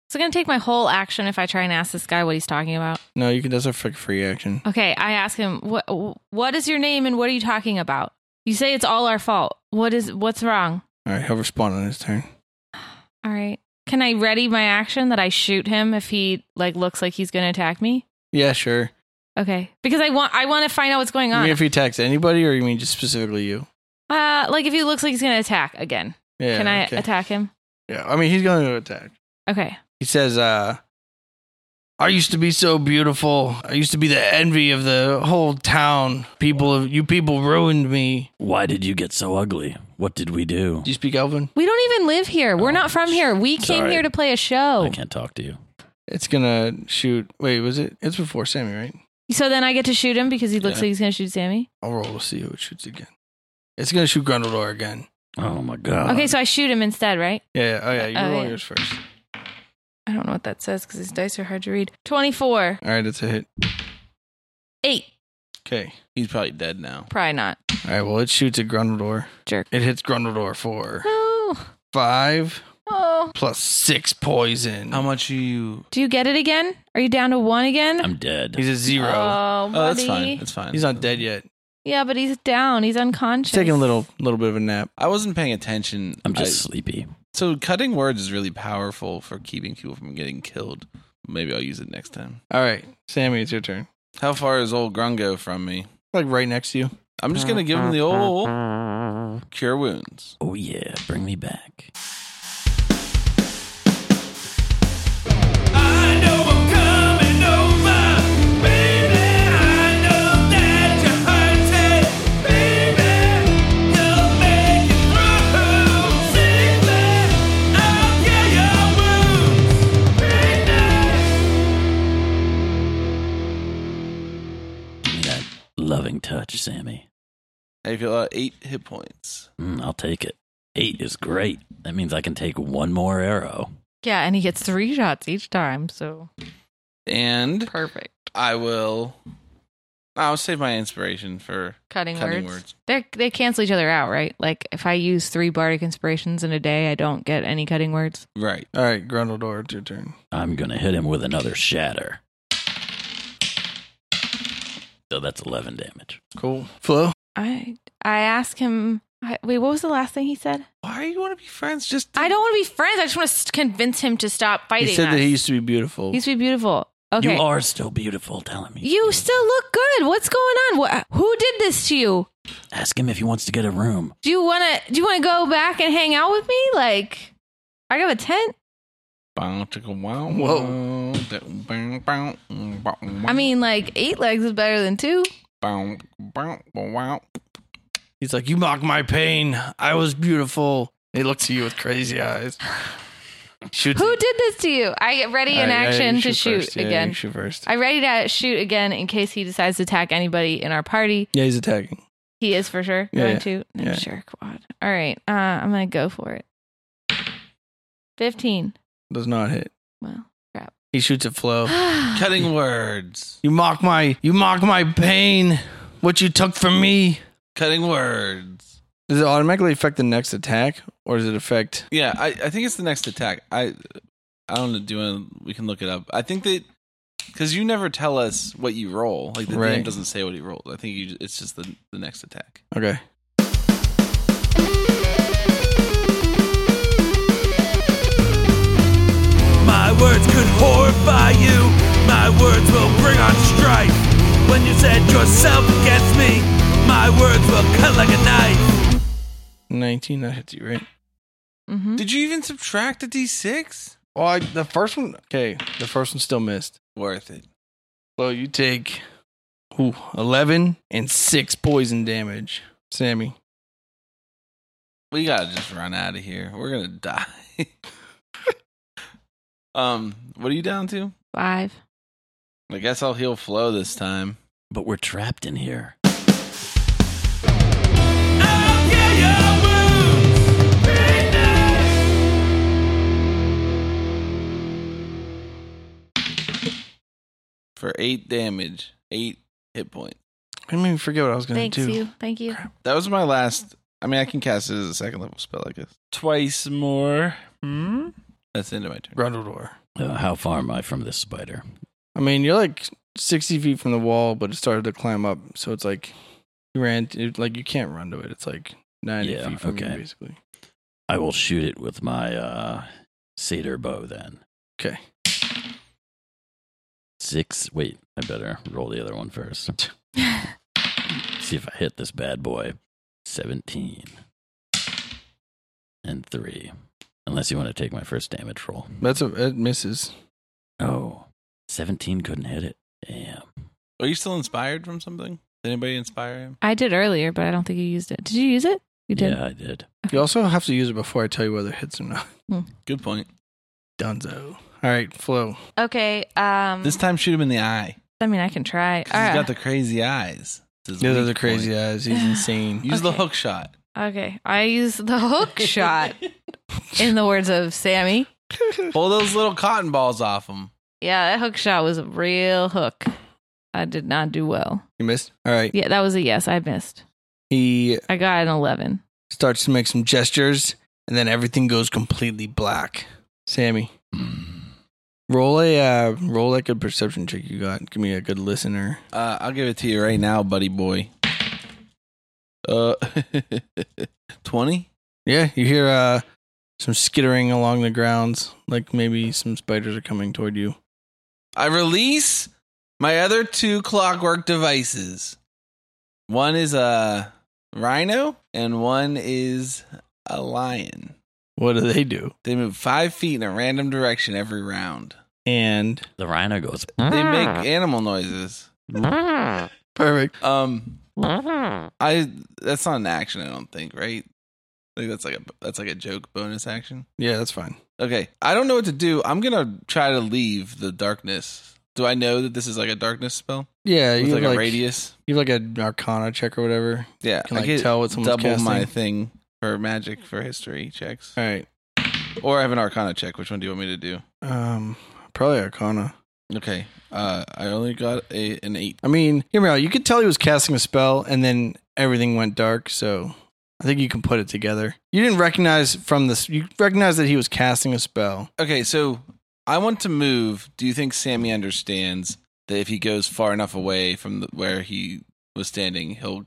Speaker 2: It's going to take my whole action if I try and ask this guy what he's talking about.
Speaker 4: No, you can. That's a frick free action.
Speaker 2: Okay, I ask him, "What what is your name and what are you talking about? You say it's all our fault. What is what's wrong?"
Speaker 4: All right, hover spawn on his turn.
Speaker 2: All right. Can I ready my action that I shoot him if he like looks like he's going to attack me?
Speaker 4: Yeah, sure.
Speaker 2: Okay. Because I want I want to find out what's going
Speaker 4: You mean
Speaker 2: on.
Speaker 4: if he attacks anybody, or you mean just specifically you?
Speaker 2: uh like if he looks like he's going to attack again.
Speaker 4: Yeah.
Speaker 2: Can I
Speaker 4: okay.
Speaker 2: attack him?
Speaker 4: Yeah, I mean he's going to attack.
Speaker 2: Okay.
Speaker 4: He says, uh, I used to be so beautiful. I used to be the envy of the whole town. People, you people ruined me.
Speaker 3: Why did you get so ugly? What did we do?
Speaker 4: Do you speak Elven?
Speaker 2: We don't even live here. We're
Speaker 3: Oh,
Speaker 2: not from
Speaker 3: sh-
Speaker 2: here. We came
Speaker 3: sorry.
Speaker 2: here to play a show.
Speaker 3: I can't talk to you.
Speaker 4: It's gonna shoot. Wait, was it? It's before Sammy, right?
Speaker 2: So then I get to shoot him because he looks
Speaker 1: Yeah.
Speaker 2: like he's going to shoot Sammy.
Speaker 4: I'll roll to see who it shoots again. It's gonna shoot Grundledor again.
Speaker 3: Oh my god.
Speaker 2: okay, so I shoot him instead, right?
Speaker 4: Yeah, yeah. Oh yeah, you
Speaker 2: Oh,
Speaker 4: roll
Speaker 2: yeah.
Speaker 4: yours first.
Speaker 2: I don't know what that says because his dice are hard to read. 24.
Speaker 4: All right, it's a hit.
Speaker 2: 8.
Speaker 4: Okay.
Speaker 1: He's probably dead now.
Speaker 2: Probably not.
Speaker 4: All right. Well, it shoots at Grundledor.
Speaker 2: Jerk.
Speaker 4: It hits Grundledor for
Speaker 2: Oh.
Speaker 4: five
Speaker 2: Oh.
Speaker 4: plus six poison.
Speaker 1: How much are you?
Speaker 2: Do you get it again? Are you down to one again?
Speaker 3: I'm dead.
Speaker 4: He's a zero.
Speaker 2: Oh, buddy.
Speaker 1: Oh, that's fine. That's fine.
Speaker 4: He's not dead yet.
Speaker 2: Yeah, but he's down. He's unconscious.
Speaker 4: He's taking a little, little bit of a nap.
Speaker 1: I wasn't paying attention.
Speaker 3: I'm
Speaker 1: I-
Speaker 3: just sleepy.
Speaker 1: so cutting words is really powerful for keeping people from getting killed. Maybe I'll use it next time.
Speaker 4: All right, Sammy, it's your turn.
Speaker 1: How far is old Grungo from me?
Speaker 4: Like right next to you.
Speaker 1: I'm just gonna give him the old cure wounds.
Speaker 3: Oh yeah, bring me back.
Speaker 7: I know I'm coming over, baby. I know that you're hurting, baby. You'll make it through. Sing me, I'll cure your wounds, baby.
Speaker 3: Give me that loving touch, Sammy.
Speaker 1: I feel uh, eight hit points.
Speaker 3: Mm, I'll take it. Eight is great. That means I can take one more arrow.
Speaker 2: Yeah, and he gets three shots each time, so
Speaker 1: And
Speaker 2: perfect.
Speaker 1: I will. I'll save my inspiration for
Speaker 2: Cutting,
Speaker 1: cutting
Speaker 2: words.
Speaker 1: words.
Speaker 2: They they cancel each other out, right? Like if I use three bardic inspirations in a day, I don't get any cutting words.
Speaker 1: Right.
Speaker 4: All right, Grundledor, it's your turn.
Speaker 3: I'm gonna hit him with another shatter. So that's eleven damage.
Speaker 4: Cool. Flo?
Speaker 2: I I ask him. I, wait, what was the last thing he said?
Speaker 1: Why you want to be friends? Just
Speaker 2: I don't want to be friends. I just want to s- convince him to stop fighting.
Speaker 4: He said
Speaker 2: us.
Speaker 4: that he used to be beautiful.
Speaker 2: He used to be beautiful. Okay.
Speaker 3: You are still beautiful, telling me.
Speaker 2: You still look good. What's going on? What, who did this to you?
Speaker 3: ask him if he wants to get a room.
Speaker 2: Do you want to do you want to go back and hang out with me? Like I got a tent.
Speaker 1: Whoa.
Speaker 2: I mean, like eight legs is better than two.
Speaker 4: He's like, You mock my pain. I was beautiful. He looks at you with crazy eyes. Shoots
Speaker 2: Who did this to you? I get ready in action to shoot
Speaker 4: first. Yeah,
Speaker 2: again.
Speaker 4: you shoot first.
Speaker 2: I ready to shoot again in case he decides to attack anybody in our party.
Speaker 4: yeah, he's attacking.
Speaker 2: He is for sure
Speaker 4: Yeah,
Speaker 2: going
Speaker 4: yeah,
Speaker 2: to. No,
Speaker 4: yeah.
Speaker 2: Sure, quad. All right, uh, I'm gonna go for it. Fifteen.
Speaker 4: Does not hit.
Speaker 2: Well,
Speaker 4: He shoots at Flo.
Speaker 1: Cutting words.
Speaker 4: You mock my you mock my pain. What you took from me?
Speaker 1: Cutting words.
Speaker 4: Does it automatically affect the next attack, or does it affect?
Speaker 1: Yeah, I, I think it's the next attack. I I don't know. Do you wanna- we can look it up? I think that because you never tell us what you roll. Like the
Speaker 4: Right.
Speaker 1: name doesn't say what he rolled. I think you, it's just the the next attack.
Speaker 4: Okay.
Speaker 7: My words could horrify you. My words will bring on strife. When you set yourself against me, my words will cut like a knife.
Speaker 4: Nineteen. That hits you, right?
Speaker 2: Mm-hmm.
Speaker 1: Did you even subtract a d six?
Speaker 4: Well, I, the first one. Okay, the first one still missed.
Speaker 1: Worth it.
Speaker 4: So you take ooh, 11 and 6 poison damage, Sammy.
Speaker 1: We gotta just run out of here. We're gonna die. um, what are you down to?
Speaker 2: Five.
Speaker 1: I guess I'll heal flow this time.
Speaker 3: But we're trapped in here.
Speaker 7: I'll heal your wounds. Venus.
Speaker 1: for eight damage, eight hit points.
Speaker 4: I didn't even forget what I was going
Speaker 2: Thanks,
Speaker 4: to do.
Speaker 2: you. Thank you.
Speaker 1: That was my last. I mean, I can cast it as a second level spell, I guess. Twice more. Hmm? That's the end of my turn.
Speaker 4: Grundledor.
Speaker 3: Uh, how far am I from this spider?
Speaker 4: I mean, you're like 60 feet from the wall, but it started to climb up. So it's like you ran, it, like you can't run to it. It's like 90
Speaker 3: Yeah,
Speaker 4: feet from you,
Speaker 3: okay.
Speaker 4: basically.
Speaker 3: I will shoot it with my uh, satyr bow then.
Speaker 4: Okay.
Speaker 3: Six. Wait, I better roll the other one first. See if I hit this bad boy. 17. And three. Unless you want to take my first damage roll.
Speaker 4: That's a, it misses.
Speaker 3: Oh, 17 couldn't hit it. Damn.
Speaker 1: Are you still inspired from something? Did anybody inspire him?
Speaker 2: I did earlier, but I don't think you used it. Did you use it? You did.
Speaker 3: Yeah, I did.
Speaker 4: You also have to use it before I tell you whether it hits or not.
Speaker 1: Good point.
Speaker 4: Dunzo. All right, Flo.
Speaker 2: Okay.
Speaker 4: Hmm.
Speaker 2: Um.
Speaker 1: This time, shoot him in the eye.
Speaker 2: I mean, I can try.
Speaker 1: 'cause
Speaker 2: All
Speaker 1: He's
Speaker 2: right.
Speaker 1: got the crazy eyes. It's his
Speaker 4: Ah. Those are the
Speaker 1: weak
Speaker 4: crazy
Speaker 1: point.
Speaker 4: eyes. He's insane.
Speaker 1: Use the
Speaker 2: Okay.
Speaker 1: hook shot.
Speaker 2: okay. I use the hook shot. In the words of Sammy.
Speaker 1: Pull those little cotton balls off him.
Speaker 2: Yeah, that hook shot was a real hook. I did not do well.
Speaker 4: You missed? All right.
Speaker 2: Yeah, that was a yes. I missed.
Speaker 4: He
Speaker 2: I got an 11.
Speaker 4: starts to make some gestures, and then everything goes completely black. Sammy,
Speaker 1: Hmm.
Speaker 4: roll a uh, roll like a perception check you got. Give me a good listener.
Speaker 1: Uh, I'll give it to you right now, buddy boy. Uh, twenty.
Speaker 4: Yeah, you hear uh, some skittering along the grounds, like maybe some spiders are coming toward you.
Speaker 1: I release my other two clockwork devices. One is a rhino and one is a lion.
Speaker 4: What do they do?
Speaker 1: They move five feet in a random direction every round.
Speaker 4: And
Speaker 3: The rhino goes.
Speaker 1: They make animal noises.
Speaker 4: perfect.
Speaker 1: Um, I that's not an action, I don't think, right? I think that's like a that's like a joke bonus action.
Speaker 4: Yeah, that's fine.
Speaker 1: Okay, I don't know what to do. I'm gonna try to leave the darkness. Do I know that this is like a darkness spell
Speaker 4: Yeah,
Speaker 1: with
Speaker 4: you
Speaker 1: like,
Speaker 4: have
Speaker 1: a radius?
Speaker 4: You have like an Arcana check or whatever.
Speaker 1: Yeah,
Speaker 4: Can
Speaker 1: I
Speaker 4: like
Speaker 1: get-
Speaker 4: tell what someone's
Speaker 1: double
Speaker 4: casting.
Speaker 1: my thing for magic for history checks,
Speaker 4: All right.
Speaker 1: or I have an Arcana check. Which one do you want me to do?
Speaker 4: Um, probably Arcana.
Speaker 1: Okay, uh, I only got a an eight.
Speaker 4: I mean, hear me out. You could tell he was casting a spell, and then everything went dark. So I think you can put it together. You didn't recognize from this. You recognize that he was casting a spell.
Speaker 1: Okay, so I want to move. Do you think Sammy understands that if he goes far enough away from the, where he was standing, he'll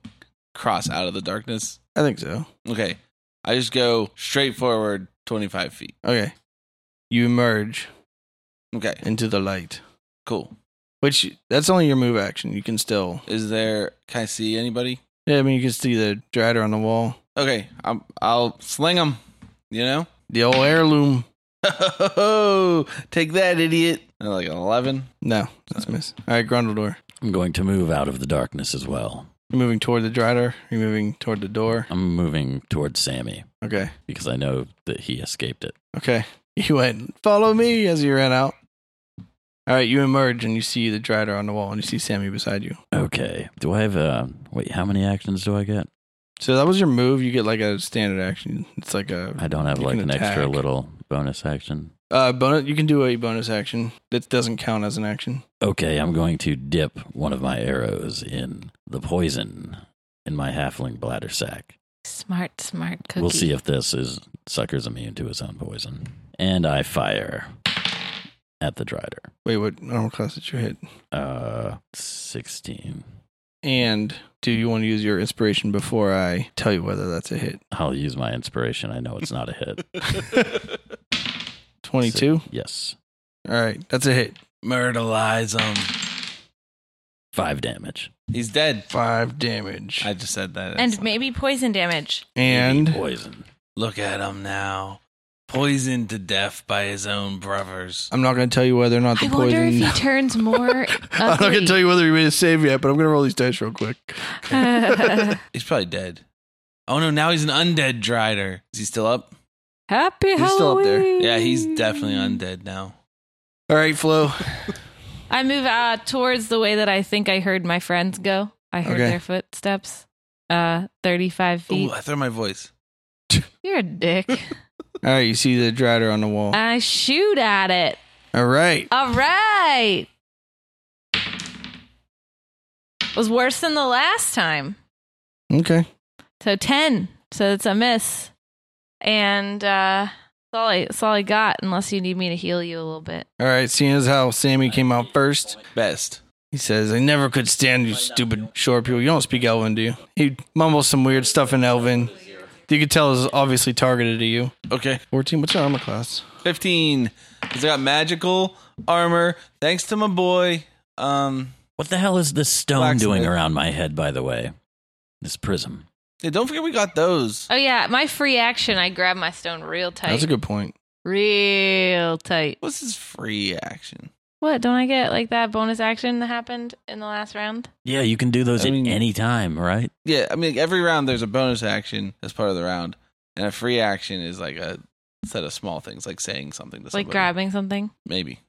Speaker 1: cross out of the darkness?
Speaker 4: I think so.
Speaker 1: Okay, I just go straight forward twenty five feet.
Speaker 4: Okay. You emerge
Speaker 1: Okay,
Speaker 4: into the light,
Speaker 1: cool.
Speaker 4: which that's only your move action. You can still.
Speaker 1: Is there? Can I see anybody?
Speaker 4: Yeah, I mean, you can see the drider on the wall,
Speaker 1: Okay, I'm, I'll sling him. You know.
Speaker 4: the old heirloom.
Speaker 1: Oh, take that, idiot. And like an 11.
Speaker 4: No, that's a miss. All right, Grundledor.
Speaker 3: I'm going to move out of the darkness as well.
Speaker 4: You're moving toward the drider. You're moving toward the door.
Speaker 3: I'm moving towards Sammy
Speaker 4: Okay.
Speaker 3: because I know that he escaped it.
Speaker 4: Okay. You went, follow me as you ran out. All right, you emerge and you see the drider on the wall and you see Sammy beside you.
Speaker 3: Okay. Do I have uh wait, how many actions do I get?
Speaker 4: So that was your move. You get like a standard action. It's like a
Speaker 3: I don't have
Speaker 4: You
Speaker 3: like
Speaker 4: can
Speaker 3: an extra
Speaker 4: attack.
Speaker 3: little bonus action.
Speaker 4: uh, bonus. You can do a bonus action that doesn't count as an action.
Speaker 3: Okay, I'm going to dip one of my arrows in the poison in my halfling bladder sack.
Speaker 2: Smart, smart cookie.
Speaker 3: We'll see if this is sucker's immune to his own poison. And I fire at the drider.
Speaker 4: Wait, what armor class did you hit?
Speaker 3: Uh, sixteen.
Speaker 4: And do you want to use your inspiration before I tell you whether that's a hit?
Speaker 3: I'll use my inspiration. I know it's not a hit.
Speaker 4: 22?
Speaker 3: Yes,
Speaker 4: All right, that's a hit.
Speaker 1: Myrtleize him.
Speaker 3: five damage.
Speaker 1: He's dead.
Speaker 4: Five damage.
Speaker 1: I just said that.
Speaker 2: and maybe poison damage.
Speaker 3: Maybe
Speaker 4: and
Speaker 3: poison.
Speaker 1: Look at him now. Poisoned to death by his own brothers.
Speaker 4: I'm not going to tell you whether or not the
Speaker 2: I
Speaker 4: poison.
Speaker 2: wonder if he turns more
Speaker 4: I'm not going to
Speaker 2: ugly.
Speaker 4: tell you whether he made a save yet, but I'm going to roll these dice real quick.
Speaker 1: He's probably dead. Oh no, now he's an undead drider. Is he still up?
Speaker 2: Happy Halloween.
Speaker 4: He's still up there.
Speaker 1: Yeah, he's definitely undead now.
Speaker 4: All right, Flo.
Speaker 2: I move uh, towards the way that I think I heard my friends go. I heard
Speaker 4: Okay.
Speaker 2: their footsteps. Uh, 35 feet.
Speaker 1: Ooh, I throw my voice.
Speaker 2: You're a dick.
Speaker 4: All right, you see the drider on the wall.
Speaker 2: I shoot at it.
Speaker 4: All right.
Speaker 2: All right. Was worse than the last time.
Speaker 4: Okay.
Speaker 2: So 10. So it's a miss. And uh, that's, all I, that's all I got, unless you need me to heal you a little bit.
Speaker 4: All right, seeing as how Sammy came out first,
Speaker 1: Best.
Speaker 4: he says, I never could stand you stupid shore people. You don't speak Elven, do you? He mumbles some weird stuff in Elven. You could tell is obviously targeted to you.
Speaker 1: Okay.
Speaker 4: 14, what's your armor class?
Speaker 1: 15. He's got magical armor. Thanks to my boy. Um
Speaker 3: What the hell is this stone
Speaker 1: Blacksmith.
Speaker 3: doing around my head? By the way, this prism.
Speaker 1: yeah, don't forget we got those.
Speaker 2: Oh, yeah. My free action, I grab my stone real tight.
Speaker 4: That's a good point.
Speaker 2: real tight.
Speaker 1: What's his free action?
Speaker 2: What? Don't I get like that bonus action that happened in the last round?
Speaker 3: Yeah, you can do those
Speaker 1: I
Speaker 3: at
Speaker 1: mean-
Speaker 3: any time, right?
Speaker 1: Yeah, I mean every round there's a bonus action as part of the round. And a free action is like a set of small things, like saying something to somebody.
Speaker 2: Like grabbing something?
Speaker 1: Maybe.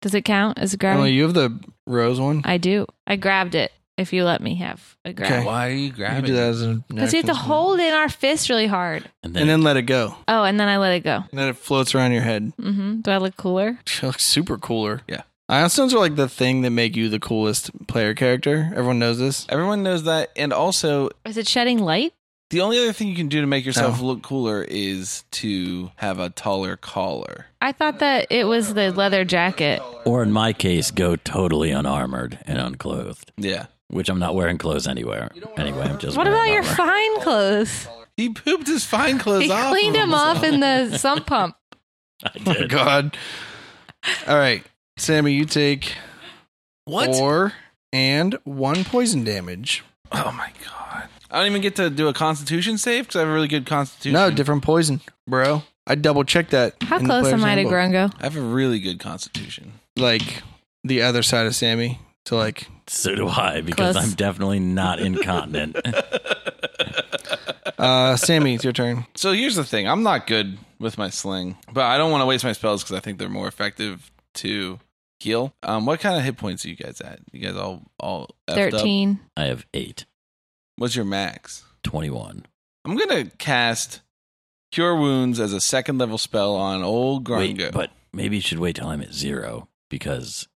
Speaker 2: Does it count as a grab?
Speaker 4: Emily, you have the rose one.
Speaker 2: I do. I grabbed it. If you let me have a grab,
Speaker 4: Okay.
Speaker 1: Why are you
Speaker 4: You can
Speaker 1: grabbing?
Speaker 4: do that as an
Speaker 2: because we have to
Speaker 4: action.
Speaker 2: hold in our fist really hard.
Speaker 4: and then let it go.
Speaker 2: Oh, and then I let it go.
Speaker 4: And then it floats around your head.
Speaker 2: hmm Do I look cooler?
Speaker 4: She looks super cooler.
Speaker 1: Yeah.
Speaker 4: Ion stones are like the thing that make you the coolest player character. Everyone knows this.
Speaker 1: Everyone knows that. And also,
Speaker 2: Is it shedding light?
Speaker 1: the only other thing you can do to make yourself
Speaker 4: No.
Speaker 1: look cooler is to have a taller collar.
Speaker 2: I thought that it was the leather jacket.
Speaker 3: or in my case, go totally unarmored and unclothed,
Speaker 1: Yeah.
Speaker 3: which I'm not wearing clothes anywhere. Anyway, I'm just.
Speaker 2: What
Speaker 3: wearing
Speaker 2: about your
Speaker 3: armor.
Speaker 2: fine clothes?
Speaker 1: He pooped his fine clothes
Speaker 2: He
Speaker 1: off.
Speaker 2: cleaned
Speaker 1: of
Speaker 2: them off in the sump pump.
Speaker 3: I
Speaker 4: Oh my
Speaker 3: did.
Speaker 4: God. All right. Sammy, you take
Speaker 1: What?
Speaker 4: four and one poison damage.
Speaker 1: oh my god. I don't even get to do a constitution save because I have a really good constitution.
Speaker 4: No, different poison, bro. I double checked that.
Speaker 2: How
Speaker 4: in the
Speaker 2: close
Speaker 4: player's
Speaker 2: am I to
Speaker 4: handbook.
Speaker 2: Grungo?
Speaker 1: I have a really good constitution.
Speaker 4: Like the other side of Sammy. So like
Speaker 3: So do I, because
Speaker 2: Close.
Speaker 3: I'm definitely not incontinent.
Speaker 4: uh Sammy, it's your turn.
Speaker 1: So here's the thing I'm not good with my sling, but I don't want to waste my spells because I think they're more effective to heal. Um, what kind of hit points are you guys at? You guys all, all effed up?
Speaker 2: Thirteen.
Speaker 3: I have eight,
Speaker 1: What's your max?
Speaker 3: 21.
Speaker 1: I'm gonna cast Cure Wounds as a second level spell on old Grungo.
Speaker 3: Wait, but maybe you should wait till I'm at zero, because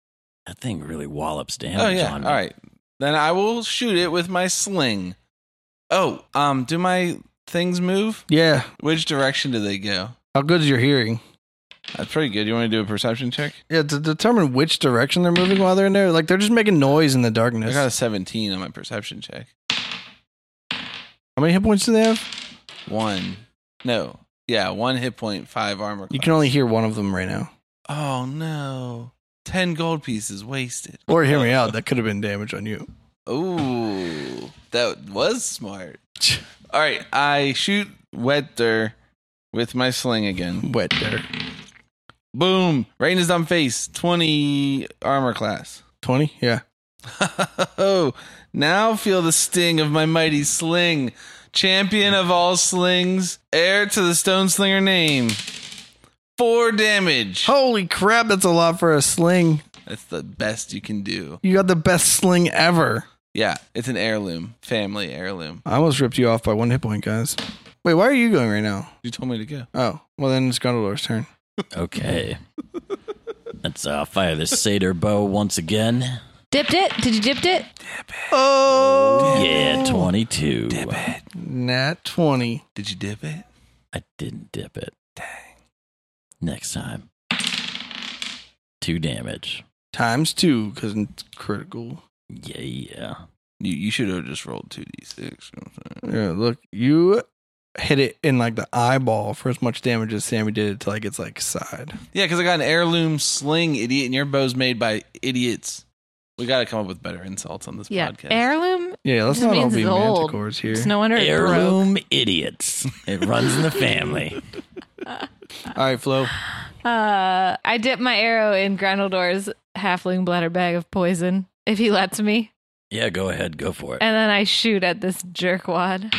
Speaker 3: that thing really wallops damage
Speaker 1: oh yeah, all
Speaker 3: on me.
Speaker 1: right. Then I will shoot it with my sling. Oh, um, do my things move?
Speaker 4: Yeah.
Speaker 1: Which direction do they go?
Speaker 4: How good is your hearing?
Speaker 1: That's pretty good. You want to do a perception check?
Speaker 4: Yeah, to determine which direction they're moving while they're in there. Like they're just making noise in the
Speaker 1: I
Speaker 4: darkness.
Speaker 1: got a 17 on my perception check.
Speaker 4: How many hit points do they have?
Speaker 1: One. No. Yeah, one hit point, five armor.
Speaker 4: You
Speaker 1: class.
Speaker 4: can only hear one of them right now.
Speaker 1: Oh no. Ten gold pieces wasted.
Speaker 4: Or hear me out. That could have been damage on you.
Speaker 1: Ooh, that was smart. All right, I shoot Wetter with my sling again.
Speaker 4: Wet there.
Speaker 1: Boom! Right in his dumb face. Twenty armor class.
Speaker 4: Twenty. Yeah.
Speaker 1: oh, now feel the sting of my mighty sling, champion of all slings, heir to the stone slinger name. Four damage.
Speaker 4: Holy crap! That's a lot for a sling.
Speaker 1: That's the best you can do.
Speaker 4: You got the best sling ever.
Speaker 1: Yeah, it's an heirloom, family heirloom.
Speaker 4: I almost ripped you off by one hit point, guys. Wait, why are you going right now?
Speaker 1: You told me to go.
Speaker 4: Oh, well then it's Gondolor's turn.
Speaker 3: Okay. Let's uh, fire this satyr bow once again.
Speaker 2: Dipped it? Did you dipped it?
Speaker 4: Oh,
Speaker 3: Yeah, 22.
Speaker 4: nat 20.
Speaker 1: Did you dip it?
Speaker 3: I didn't dip it. Dang. Next time. Two damage.
Speaker 4: Times two, because it's critical.
Speaker 3: Yeah, yeah.
Speaker 1: You you should have just rolled two d six.
Speaker 4: Yeah, look, you hit it in like the eyeball for as much damage as Sammy did to like its like side.
Speaker 1: Yeah, because I got an heirloom sling, idiot, and your bow's made by idiots. We got to come up with better insults on this
Speaker 2: Yeah.
Speaker 1: podcast.
Speaker 2: Heirloom?
Speaker 4: Yeah, let's
Speaker 2: Just
Speaker 4: not all
Speaker 2: means
Speaker 4: be
Speaker 2: it's old.
Speaker 4: manticores here.
Speaker 2: It's no wonder it broke.
Speaker 3: Heirloom idiots. It runs in the family.
Speaker 4: all right, Flo.
Speaker 2: Uh, I dip my arrow in Grandeldor's halfling bladder bag of poison, if he lets me.
Speaker 3: Yeah, go ahead, go for it.
Speaker 2: And then I shoot at this jerkwad.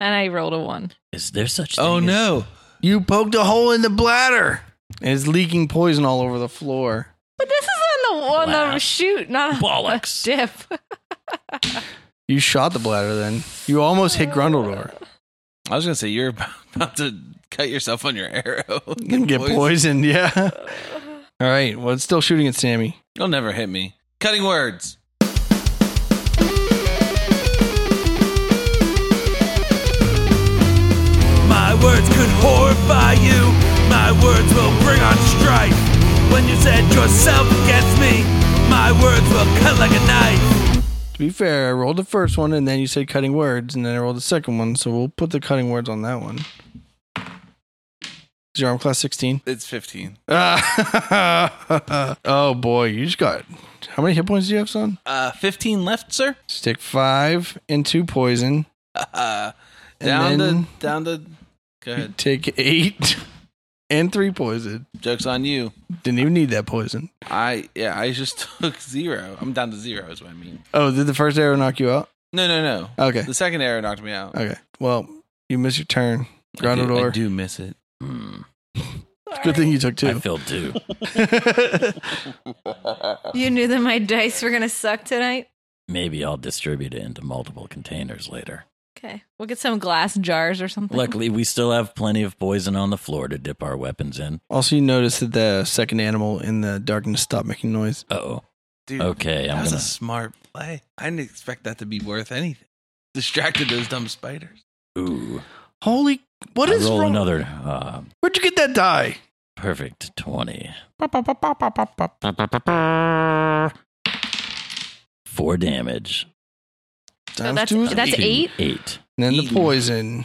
Speaker 2: And I rolled a one.
Speaker 3: Is there such?
Speaker 1: Oh
Speaker 3: thing as-
Speaker 1: no!
Speaker 4: You poked a hole in the bladder. And it's leaking poison all over the floor.
Speaker 2: But this is on the one
Speaker 3: Wow.
Speaker 2: on shoot, not on
Speaker 3: Bollocks.
Speaker 2: a dip.
Speaker 4: You shot the bladder then. You almost hit Grundledor.
Speaker 1: I was gonna say you're about to cut yourself on your arrow.
Speaker 4: And get poisoned, yeah. All right, well, it's still shooting at Sammy.
Speaker 1: You'll never hit me. Cutting words.
Speaker 7: My words could horrify you. My words will bring on strife. When you said yourself against me, my words will cut like a knife.
Speaker 4: To be fair, I rolled the first one and then you said cutting words and then I rolled the second one, so we'll put the cutting words on that one. Is your arm class 16?
Speaker 1: It's fifteen.
Speaker 4: Ah, oh boy, you just got. How many hit points do you have, son?
Speaker 1: Uh, fifteen left, sir.
Speaker 4: Stick five and two poison.
Speaker 1: Uh,
Speaker 4: And
Speaker 1: down
Speaker 4: then-
Speaker 1: to down to. Go ahead.
Speaker 4: Take eight and three poison.
Speaker 1: Jokes on you.
Speaker 4: Didn't even need that poison.
Speaker 1: I yeah. I just took zero. I'm down to zero. Is what I mean.
Speaker 4: Oh, did the first arrow knock you out?
Speaker 1: No, no, no.
Speaker 4: Okay.
Speaker 1: The second arrow knocked me out.
Speaker 4: Okay. Well, you missed your turn. Ground
Speaker 1: I do, I
Speaker 4: door.
Speaker 1: do miss it.
Speaker 3: Hmm,
Speaker 4: Good thing you took
Speaker 3: I
Speaker 4: two.
Speaker 3: filled two.
Speaker 2: You knew that my dice were gonna suck tonight.
Speaker 3: Maybe I'll distribute it into multiple containers later.
Speaker 2: Okay, we'll get some glass jars or something.
Speaker 3: Luckily, we still have plenty of poison on the floor to dip our weapons in.
Speaker 4: also, you noticed that the second animal in the darkness stopped making noise.
Speaker 3: Uh oh.
Speaker 1: Dude,
Speaker 3: Okay,
Speaker 1: that
Speaker 3: I'm
Speaker 1: was
Speaker 3: gonna.
Speaker 1: a smart play. I didn't expect that to be worth anything. Distracted those dumb spiders.
Speaker 3: Ooh.
Speaker 4: Holy! What
Speaker 3: I
Speaker 4: is
Speaker 3: roll
Speaker 4: wrong?
Speaker 3: another. Uh,
Speaker 4: Where'd you get that die?
Speaker 3: perfect twenty. Four damage.
Speaker 2: So
Speaker 4: Times
Speaker 2: that's
Speaker 4: two is
Speaker 2: that's
Speaker 3: Two,
Speaker 2: eight.
Speaker 3: Eight.
Speaker 4: And then the
Speaker 1: Eaten.
Speaker 4: poison.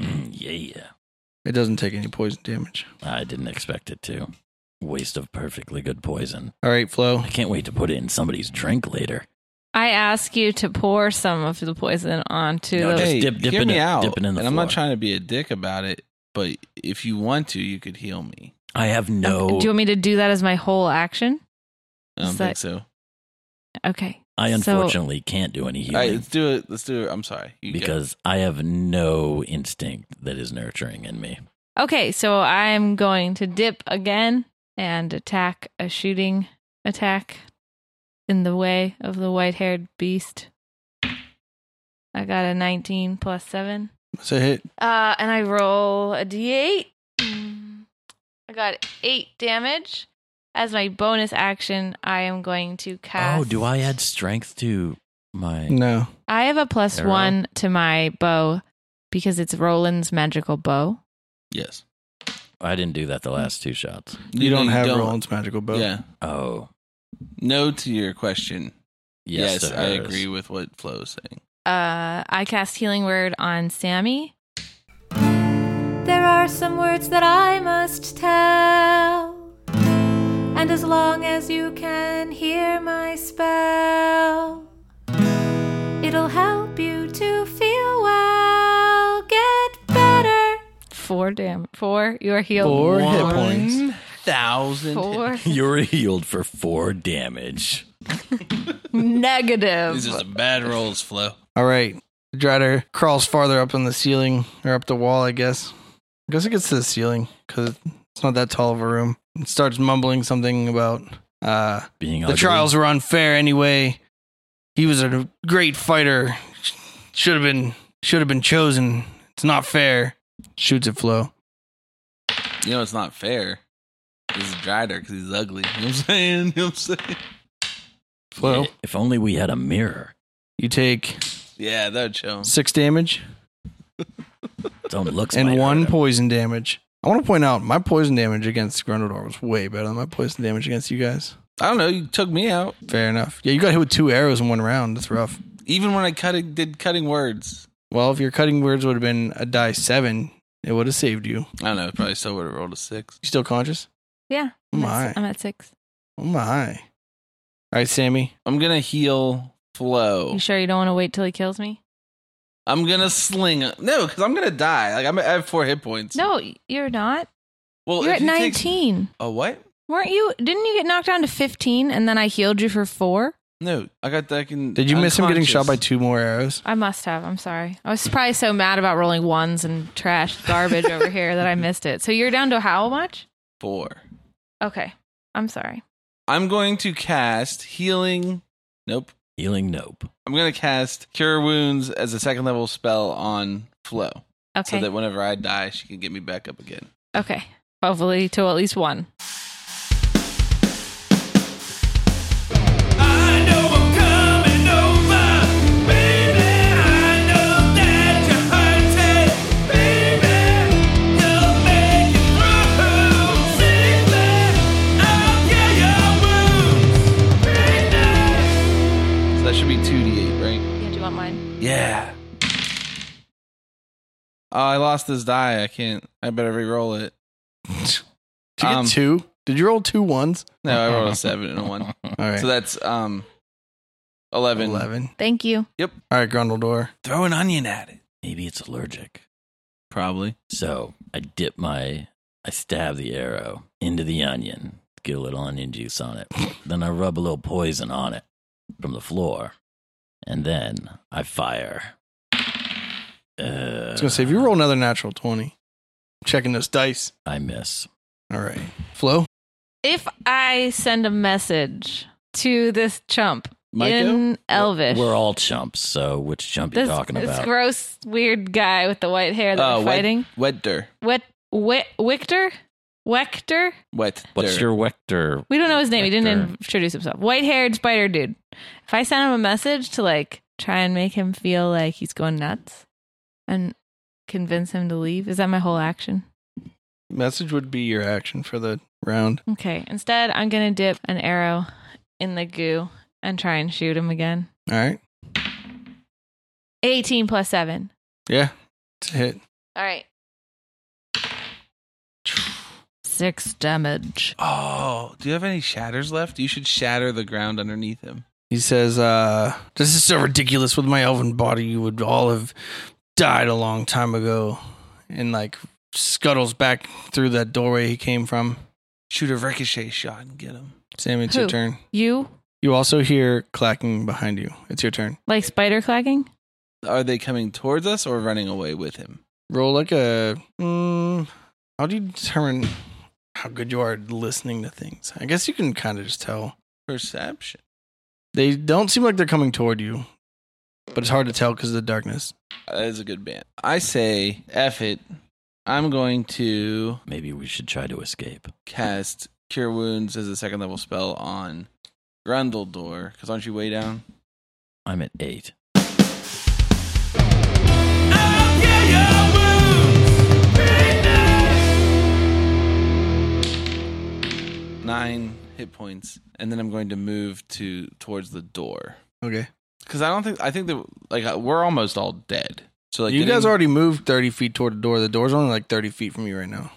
Speaker 3: Mm, Yeah.
Speaker 4: It doesn't take any poison damage.
Speaker 3: I didn't expect it to. Waste of perfectly good poison.
Speaker 4: All right, Flo.
Speaker 3: I can't wait to put it in somebody's drink later.
Speaker 2: I ask you to pour some of the poison onto
Speaker 3: No,
Speaker 2: the.
Speaker 3: just
Speaker 1: Hey,
Speaker 3: dip- dip
Speaker 1: hear
Speaker 3: in
Speaker 1: me
Speaker 3: it-
Speaker 1: out.
Speaker 3: dip it in the
Speaker 1: and I'm not
Speaker 3: floor.
Speaker 1: trying to be a dick about it, but if you want to, you could heal me.
Speaker 3: I have no.
Speaker 2: Um, Do you want me to do that as my whole action?
Speaker 1: I don't
Speaker 2: Is
Speaker 1: think
Speaker 2: that-
Speaker 1: so.
Speaker 2: Okay.
Speaker 3: I
Speaker 2: So-
Speaker 3: unfortunately can't do any
Speaker 1: All right,
Speaker 3: healing
Speaker 1: let's do it. Let's do it. I'm sorry. You go.
Speaker 3: because I have no instinct that is nurturing in me.
Speaker 2: Okay, so I'm going to dip again and attack a shooting attack in the way of the white-haired beast. I got a 19 plus seven.
Speaker 4: That's a hit.
Speaker 2: Uh, and I roll a d8. I got eight damage. As my bonus action, I am going to cast.
Speaker 3: Oh, do I add strength to my?
Speaker 4: No.
Speaker 2: I have a plus
Speaker 3: Arrow?
Speaker 2: one to my bow because it's Roland's magical bow.
Speaker 1: Yes.
Speaker 3: I didn't do that the last two shots.
Speaker 4: You, don't
Speaker 1: No,
Speaker 4: have Roland's magical bow.
Speaker 1: Yeah.
Speaker 3: Oh,
Speaker 1: No to your question.
Speaker 3: yes,
Speaker 1: Yes,
Speaker 3: to
Speaker 1: I
Speaker 3: hers.
Speaker 1: agree with what Flo is saying.
Speaker 2: Uh, I cast Healing Word on Sammy.
Speaker 5: There are some words that I must tell. And as long as you can hear my spell, it'll help you to feel well. Get better.
Speaker 2: Four damn. Four. You are healed.
Speaker 4: Four hit points.
Speaker 1: Thousand.
Speaker 2: Four.
Speaker 3: You're healed for four damage.
Speaker 2: negative.
Speaker 1: These are some bad rolls, Flo.
Speaker 4: All right. The Drider crawls farther up on the ceiling or up the wall, I guess. I guess it gets to the ceiling because it's not that tall of a room. It starts mumbling something about uh,
Speaker 3: Being
Speaker 4: the
Speaker 3: ugly.
Speaker 4: trials were unfair anyway. He was a great fighter. Should have been should have been chosen. It's not fair. Shoots at Flo.
Speaker 1: You know, it's not fair. This is Drider because he's ugly. You know what I'm saying? You know what I'm saying?
Speaker 4: Flo,
Speaker 3: If only we had a mirror.
Speaker 4: you take
Speaker 1: Yeah, that would show. 'em.
Speaker 4: six damage
Speaker 3: Don't look.
Speaker 4: and one poison damage. I want to point out my poison damage against Grundledor was way better than my poison damage against you guys.
Speaker 1: I don't know. You took me out.
Speaker 4: Fair enough. Yeah, you got hit with two arrows in one round. That's rough.
Speaker 1: Even when I cut it, did cutting words.
Speaker 4: Well, if your cutting words would have been a die seven, it would have saved you.
Speaker 1: I don't know. Probably still would have rolled a six.
Speaker 4: You still conscious?
Speaker 2: Yeah. I'm,
Speaker 4: My.
Speaker 2: At, I'm at six.
Speaker 4: Oh my. All right, Sammy.
Speaker 1: I'm gonna heal Flo.
Speaker 2: You sure you don't want to wait till he kills me?
Speaker 1: I'm gonna sling. No, because I'm gonna die. Like I'm, I have four hit points.
Speaker 2: No, you're not.
Speaker 1: well,
Speaker 2: you're
Speaker 1: if
Speaker 2: at
Speaker 1: he takes-
Speaker 2: 19.
Speaker 1: A what?
Speaker 2: Weren't you? Didn't you get knocked down to 15 and then I healed you for four?
Speaker 1: No, I got that. I can,
Speaker 4: Did you miss him getting shot by
Speaker 1: unconscious.
Speaker 4: two more arrows?
Speaker 2: I must have. I'm sorry. I was probably so mad about rolling ones and trash garbage over here that I missed it. So you're down to how much?
Speaker 1: four?
Speaker 2: Okay. I'm sorry.
Speaker 1: I'm going to cast healing. Nope.
Speaker 3: Healing. Nope.
Speaker 1: I'm gonna cast cure wounds as a second level spell on Flo,
Speaker 2: Okay.
Speaker 1: so that whenever I die, she can get me back up again.
Speaker 2: okay. Hopefully to at least one.
Speaker 7: I know I'm coming over, baby. I know that you're hurting, baby. You'll make it through safely. I'll cure your wounds, baby.
Speaker 1: So that should be two d eight, right?
Speaker 2: Yeah, do you want mine?
Speaker 1: Yeah. Oh, I lost this die. I can't. I better re-roll it.
Speaker 4: Did you
Speaker 1: Um,
Speaker 4: get two? Did you roll two ones?
Speaker 1: No, I rolled a seven and a one.
Speaker 4: All right.
Speaker 1: Mm-hmm. So that's um, eleven.
Speaker 4: Eleven.
Speaker 2: Thank you.
Speaker 4: All right, Grundledor.
Speaker 1: Throw an onion at it.
Speaker 3: Maybe it's allergic.
Speaker 1: Probably.
Speaker 3: So I dip my, I stab the arrow into the onion, get a little onion juice on it. then I rub a little poison on it from the floor, and then I fire. Uh,
Speaker 4: I was gonna say if you roll another natural twenty, checking those dice.
Speaker 3: I miss.
Speaker 4: All right, Flo.
Speaker 2: If I send a message to this chump
Speaker 1: Micah?
Speaker 2: in Elvish,
Speaker 3: We're all chumps, so which chump you
Speaker 2: this,
Speaker 3: talking
Speaker 2: this
Speaker 3: about?
Speaker 2: gross, weird guy with the white hair that
Speaker 1: Uh,
Speaker 2: we're
Speaker 1: wet-
Speaker 2: fighting.
Speaker 1: Wet dir.
Speaker 2: What? Wh- Wichter? Wechter?
Speaker 1: Wet.
Speaker 3: What's
Speaker 1: dir.
Speaker 3: your Wector?
Speaker 2: We don't know his name. He
Speaker 3: Vector.
Speaker 2: didn't introduce himself. White haired spider dude. If I send him a message to like try and make him feel like he's going nuts and convince him to leave, is that my whole action?
Speaker 4: Message would be your action for the round.
Speaker 2: Okay. Instead, I'm going to dip an arrow in the goo and try and shoot him again.
Speaker 4: All right.
Speaker 2: 18 plus 7.
Speaker 4: Yeah, it's a hit.
Speaker 2: All right. Six damage.
Speaker 1: Oh, do you have any shatters left? You should shatter the ground underneath him.
Speaker 4: He says, uh, This is so ridiculous. With my elven body, you would all have died a long time ago. And like scuttles back through that doorway he came from.
Speaker 1: Shoot a ricochet shot and get him.
Speaker 4: Sammy, it's your
Speaker 2: Who?
Speaker 4: turn.
Speaker 2: You
Speaker 4: You also hear clacking behind you. It's your turn.
Speaker 2: like spider clagging?
Speaker 1: Are they coming towards us or running away with him?
Speaker 4: Roll like a. Mm, how do you determine how good you are at listening to things? I guess you can kind of just tell.
Speaker 1: Perception.
Speaker 4: They don't seem like they're coming toward you, but it's hard to tell because of the darkness.
Speaker 1: That is a good band. I say, F it. I'm going to
Speaker 3: Maybe we should try to escape.
Speaker 1: cast Cure Wounds as a second level spell on Grundledor. Because aren't you way down?
Speaker 3: I'm at eight.
Speaker 7: I'll cure your wounds, baby.
Speaker 1: Nine hit points. And then I'm going to move to towards the door.
Speaker 4: Okay.
Speaker 1: Because I don't think, I think that, like, uh, we're almost all dead. So, like,
Speaker 4: you guys
Speaker 1: getting-
Speaker 4: already moved 30 feet toward the door. The door's only like 30 feet from you right now.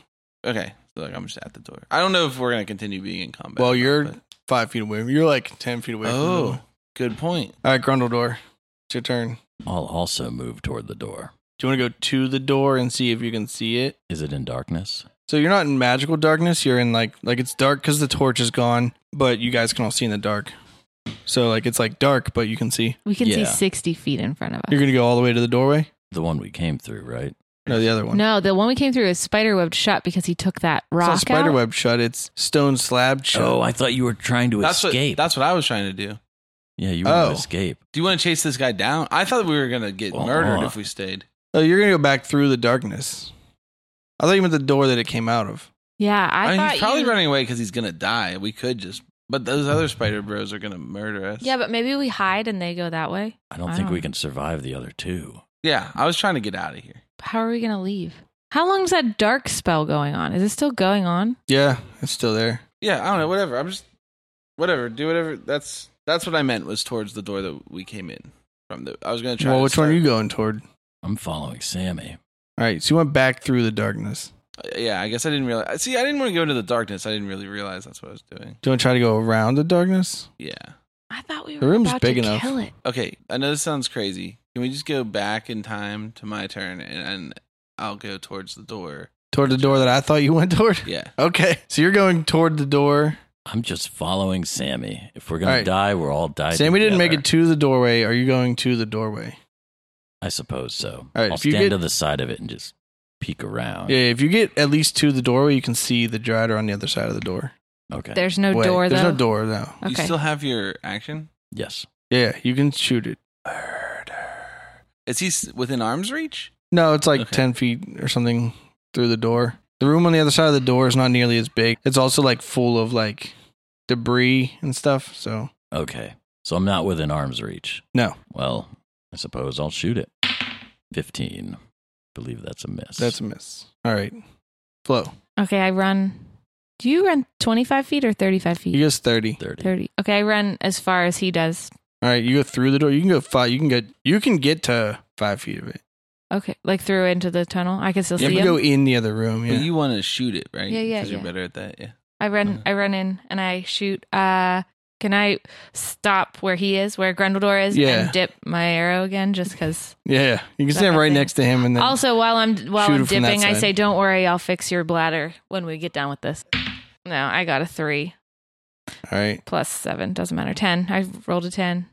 Speaker 1: Okay. So like I'm just at the door. I don't know if we're gonna continue being in combat.
Speaker 4: Well,
Speaker 1: or not,
Speaker 4: you're
Speaker 1: but-
Speaker 4: five feet away. You're like 10 feet away. from the door.
Speaker 1: oh, good point.
Speaker 4: All right, Grundledor, it's your turn.
Speaker 3: I'll also move toward the door.
Speaker 4: Do you want to go to the door and see if you can see it?
Speaker 3: Is it in darkness?
Speaker 4: So you're not in magical darkness. You're in like like it's dark because the torch is gone, but you guys can all see in the dark. So like it's like dark, but you can see.
Speaker 2: We can see
Speaker 3: Yeah.
Speaker 2: 60 feet in front of us.
Speaker 4: You're gonna go all the way to the doorway.
Speaker 3: The one we came through, right?
Speaker 4: No, the other one.
Speaker 2: No, the one we came through is spider webbed shut because he took that
Speaker 4: it's
Speaker 2: rock
Speaker 4: not spider
Speaker 2: out.
Speaker 4: web shut. It's stone slab shut.
Speaker 3: Oh, I thought you were trying to
Speaker 1: That's
Speaker 3: escape.
Speaker 1: what that's what I was trying to do.
Speaker 3: yeah, you want
Speaker 4: Oh.
Speaker 3: to escape.
Speaker 1: Do you want to chase this guy down? I thought we were gonna get
Speaker 3: Uh-uh.
Speaker 1: murdered if we stayed.
Speaker 4: oh, you're gonna go back through the darkness. I thought you meant the door that it came out of.
Speaker 2: Yeah, I,
Speaker 1: I, mean,
Speaker 2: thought
Speaker 1: he's probably
Speaker 2: you,
Speaker 1: running away because he's gonna die. We could just But those other Spider Bros are gonna murder us.
Speaker 2: Yeah, but maybe we hide and they go that way.
Speaker 3: I don't
Speaker 2: I
Speaker 3: think we
Speaker 2: don't-
Speaker 3: can survive the other two.
Speaker 1: Yeah, I was trying to get out of here.
Speaker 2: How are we going to leave? How long is that dark spell going on? Is it still going on?
Speaker 4: Yeah, it's still there.
Speaker 1: Yeah, I don't know. Whatever. I'm just whatever. Do whatever. That's that's what I meant was towards the door that we came in from. The I was gonna try.
Speaker 4: well,
Speaker 1: to
Speaker 4: which one are you going toward?
Speaker 3: I'm following Sammy.
Speaker 4: All right, so you went back through the darkness.
Speaker 1: start- Uh, Yeah, I guess I didn't realize. See, I didn't want to go into the darkness. I didn't really realize that's what I was doing.
Speaker 4: Do you want to try to go around the darkness?
Speaker 1: Yeah.
Speaker 2: I thought we were
Speaker 4: The room's
Speaker 2: about
Speaker 4: big
Speaker 2: to
Speaker 4: enough.
Speaker 2: kill it.
Speaker 1: Okay. I know this sounds crazy. Can we just go back in time to my turn and, and I'll go towards the door?
Speaker 4: Toward the door that I thought you went toward?
Speaker 1: Yeah.
Speaker 4: Okay, so you're going toward the door.
Speaker 3: I'm just following Sammy. If we're gonna
Speaker 4: All right.
Speaker 3: die, we're all die.
Speaker 4: Sammy didn't make
Speaker 3: together.
Speaker 4: it to the doorway. Are you going to the doorway?
Speaker 3: I suppose so.
Speaker 4: All right,
Speaker 3: I'll
Speaker 4: if you
Speaker 3: stand
Speaker 4: get-
Speaker 3: to the side of it and just peek around.
Speaker 4: Yeah, if you get at least to the doorway, you can see the drider on the other side of the door.
Speaker 3: Okay.
Speaker 2: There's no
Speaker 4: Wait,
Speaker 2: door,
Speaker 4: There's
Speaker 2: though.
Speaker 4: no door, no.
Speaker 1: You
Speaker 2: Okay.
Speaker 1: still have your action.
Speaker 3: Yes.
Speaker 4: Yeah, you can shoot it.
Speaker 1: Is he s- within arm's reach?
Speaker 4: No, it's like
Speaker 1: Okay.
Speaker 4: 10 feet or something through the door. The room on the other side of the door is not nearly as big. It's also like full of like debris and stuff. So,
Speaker 3: Okay. So I'm not within arm's reach.
Speaker 4: no,
Speaker 3: Well, I suppose I'll shoot it. Fifteen. believe that's a miss.
Speaker 4: that's a miss. All right. Flo,
Speaker 2: okay, I run. Do you run 25 feet or 35 feet?
Speaker 4: you guess 30.
Speaker 3: thirty.
Speaker 2: 30. Okay, I run as far as he does.
Speaker 4: All right, you go through the door. You can go five. You can get. You can get to five feet of it.
Speaker 2: Okay, like through into the tunnel. I can still
Speaker 1: Yeah,
Speaker 4: You
Speaker 2: see
Speaker 4: can
Speaker 2: him.
Speaker 4: go in the other room. Yeah.
Speaker 1: But you want to shoot it, right?
Speaker 2: Yeah, yeah,
Speaker 1: Because you're
Speaker 2: yeah.
Speaker 1: better at that. Yeah.
Speaker 2: I run
Speaker 4: Uh-huh.
Speaker 1: Mhm.
Speaker 2: I run in and I shoot uh can I stop where he is, where Grendeldor is,
Speaker 4: Yeah.
Speaker 2: and dip my arrow again just because
Speaker 4: yeah. You can stand right
Speaker 2: Nothing.
Speaker 4: next to him, and then
Speaker 2: Also, while I'm while
Speaker 4: Shoot
Speaker 2: I'm
Speaker 4: it from that
Speaker 2: dipping, I
Speaker 4: side.
Speaker 2: say, "Don't worry, I'll fix your bladder when we get done with this." No, I got a three
Speaker 4: all right.
Speaker 2: plus seven doesn't matter. Ten. I rolled a ten,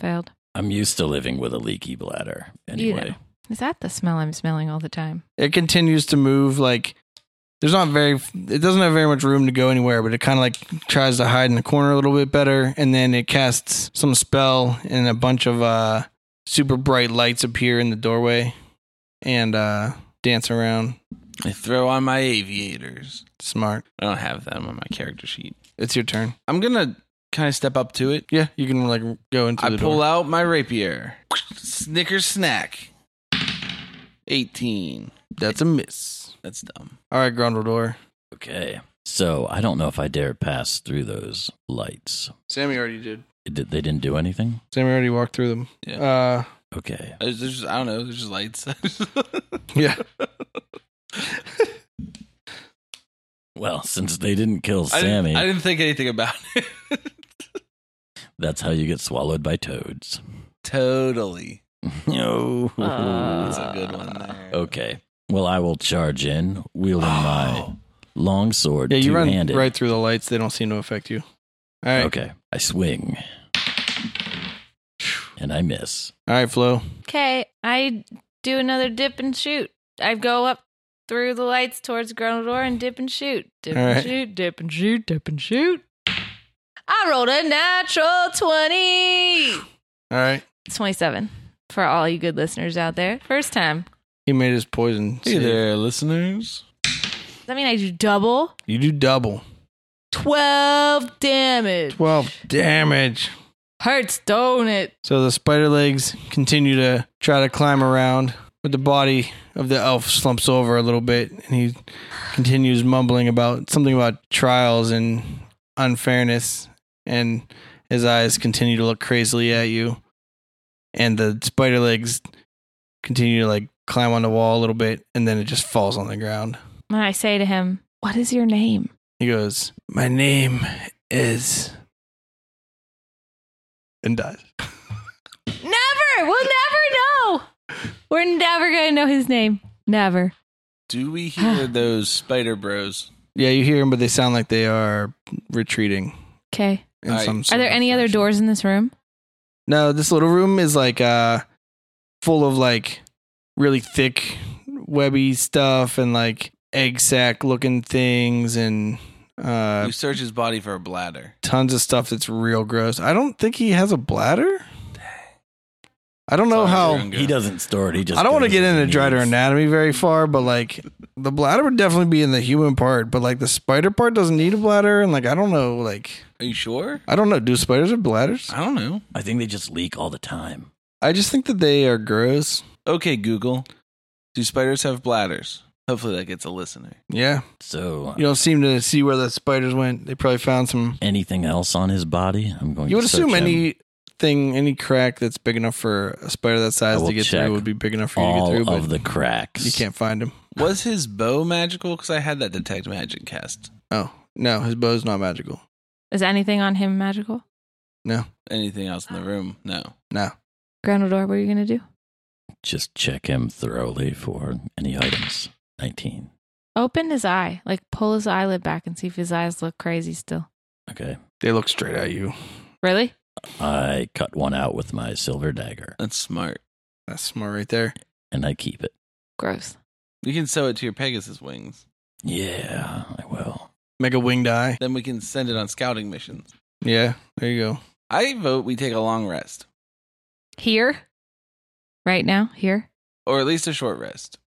Speaker 2: failed.
Speaker 3: I'm used to living with a leaky bladder.
Speaker 2: You
Speaker 3: Anyway.
Speaker 2: know. Is that the smell I'm smelling all the time?
Speaker 4: It continues to move. Like there's not very. It doesn't have very much room to go anywhere, but it kind of like tries to hide in the corner a little bit better, and then it casts some spell, and a bunch of uh super bright lights appear in the doorway, and uh dance around.
Speaker 1: I throw on my aviators.
Speaker 4: Smart.
Speaker 1: I don't have them on my character sheet.
Speaker 4: It's your turn.
Speaker 1: I'm gonna kind of step up to it.
Speaker 4: Yeah, you can like go into.
Speaker 1: I
Speaker 4: the
Speaker 1: pull
Speaker 4: door.
Speaker 1: out my rapier. Snicker snack. 18.
Speaker 4: That's a miss.
Speaker 1: That's dumb.
Speaker 4: All right, Grundledor.
Speaker 3: Okay. So I don't know if I dare pass through those lights.
Speaker 4: Sammy already did.
Speaker 3: It Did they didn't do anything?
Speaker 4: Sammy already walked through them.
Speaker 1: Yeah.
Speaker 4: Uh,
Speaker 3: Okay.
Speaker 1: I, was just, I don't know. There's just lights.
Speaker 4: yeah.
Speaker 3: Well, since they didn't kill
Speaker 1: I,
Speaker 3: Sammy,
Speaker 1: didn't, I didn't think anything about it.
Speaker 3: that's how you get swallowed by toads.
Speaker 1: totally.
Speaker 3: No.
Speaker 1: That's a good one
Speaker 4: Uh,
Speaker 1: there.
Speaker 3: okay. Well, I will charge in, wielding my long sword,
Speaker 4: Oh. Yeah, you run
Speaker 3: two-handed.
Speaker 4: right through the lights. They don't seem to affect you. All right.
Speaker 3: Okay. I swing. And I miss.
Speaker 4: All right, Flo.
Speaker 2: Okay, I do another dip and shoot. I go up through the lights towards Grendeldor and dip and shoot, dip
Speaker 4: All
Speaker 2: and
Speaker 4: right.
Speaker 2: shoot, dip and shoot, dip and shoot. I rolled a natural twenty.
Speaker 4: All right.
Speaker 2: 27 for all you good listeners out there. First time.
Speaker 4: He made his poison.
Speaker 1: Hey
Speaker 4: save.
Speaker 1: there, listeners.
Speaker 2: Does that mean I do double?
Speaker 4: You do double.
Speaker 2: 12 damage.
Speaker 4: 12 damage.
Speaker 2: Hurts, don't it?
Speaker 4: So the spider legs continue to try to climb around, but the body of the elf slumps over a little bit, and he continues mumbling about something about trials and unfairness, and his eyes continue to look crazily at you, and the spider legs continue to like climb on the wall a little bit, and then it just falls on the ground.
Speaker 2: And I say to him, What is your name?
Speaker 4: He goes, "My name is," and dies.
Speaker 2: Never! We'll never know! We're never going to know his name. Never.
Speaker 1: Do we hear those spider bros?
Speaker 4: Yeah, you hear them, but they sound like they are retreating.
Speaker 2: Okay.
Speaker 4: In
Speaker 1: Alright.
Speaker 4: some
Speaker 2: Are there
Speaker 4: sort of
Speaker 2: any other
Speaker 4: fashion.
Speaker 2: doors in this room?
Speaker 4: No, this little room is like uh, full of like really thick, webby stuff and like egg sack looking things and uh,
Speaker 1: you search his body for a bladder.
Speaker 4: tons of stuff that's real gross. I don't think he has a bladder. I don't know
Speaker 1: Sorry,
Speaker 4: how.
Speaker 1: everyone, go.
Speaker 3: He doesn't store it. He just.
Speaker 4: I don't want to get into
Speaker 3: dry
Speaker 4: drider anatomy very far, but like the bladder would definitely be in the human part, but like the spider part doesn't need a bladder, and like I don't know, like
Speaker 1: Are you sure?
Speaker 4: I don't know, do spiders have bladders?
Speaker 1: I don't know.
Speaker 3: I think they just leak all the time.
Speaker 4: I just think that they are gross.
Speaker 1: Okay, Google. Do spiders have bladders? Hopefully that gets a listener.
Speaker 4: Yeah,
Speaker 3: So
Speaker 4: you don't seem to see where the spiders went. They probably found some.
Speaker 3: anything else on his body? I'm going.
Speaker 4: You would
Speaker 3: to search
Speaker 4: assume
Speaker 3: him.
Speaker 4: anything, any crack that's big enough for a spider that
Speaker 3: I
Speaker 4: size
Speaker 3: will
Speaker 4: to get
Speaker 3: check
Speaker 4: through would be big enough for you to
Speaker 3: all
Speaker 4: get through,
Speaker 3: of
Speaker 4: but
Speaker 3: the cracks.
Speaker 4: you can't find him.
Speaker 1: Was his bow magical? Because I had that detect magic cast.
Speaker 4: Oh no, his bow's not magical.
Speaker 2: Is anything on him magical?
Speaker 1: Anything else in the room? No.
Speaker 4: No,
Speaker 2: Granaldor, what are you going to do?
Speaker 3: Just check him thoroughly for any items. Nineteen.
Speaker 2: Open his eye. Like, pull his eyelid back and see if his eyes look crazy still.
Speaker 3: Okay,
Speaker 4: they look straight at you.
Speaker 2: Really?
Speaker 3: I cut one out with my silver dagger,
Speaker 1: That's smart.
Speaker 4: That's smart right there.
Speaker 3: and I keep it.
Speaker 2: Gross.
Speaker 1: You can sew it to your Pegasus wings.
Speaker 3: Yeah, I will.
Speaker 4: Mega winged eye.
Speaker 1: Then we can send it on scouting missions.
Speaker 4: Yeah, there you go.
Speaker 1: I vote we take a long rest.
Speaker 2: Here? Right now? Here?
Speaker 1: Or at least a short rest.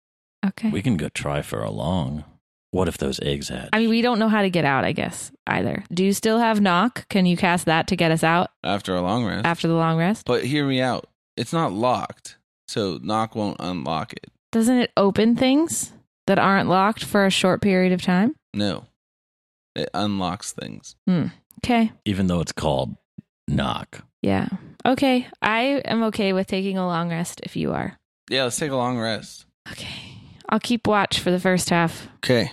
Speaker 2: Okay.
Speaker 3: We can go try for a long. What if those eggs hatch?
Speaker 2: I mean, we don't know how to get out, I guess, either. Do you still have knock? Can you cast that to get us out
Speaker 1: After a long rest.
Speaker 2: after the long rest?
Speaker 1: But hear me out. It's not locked, so knock won't unlock it.
Speaker 2: Doesn't it open things that aren't locked for a short period of time?
Speaker 1: No, it unlocks things.
Speaker 2: Okay.
Speaker 3: Even though it's called knock.
Speaker 2: Yeah. Okay. I am okay with taking a long rest if you are.
Speaker 1: Yeah, let's take a long rest.
Speaker 2: Okay. I'll keep watch for the first half.
Speaker 4: Okay.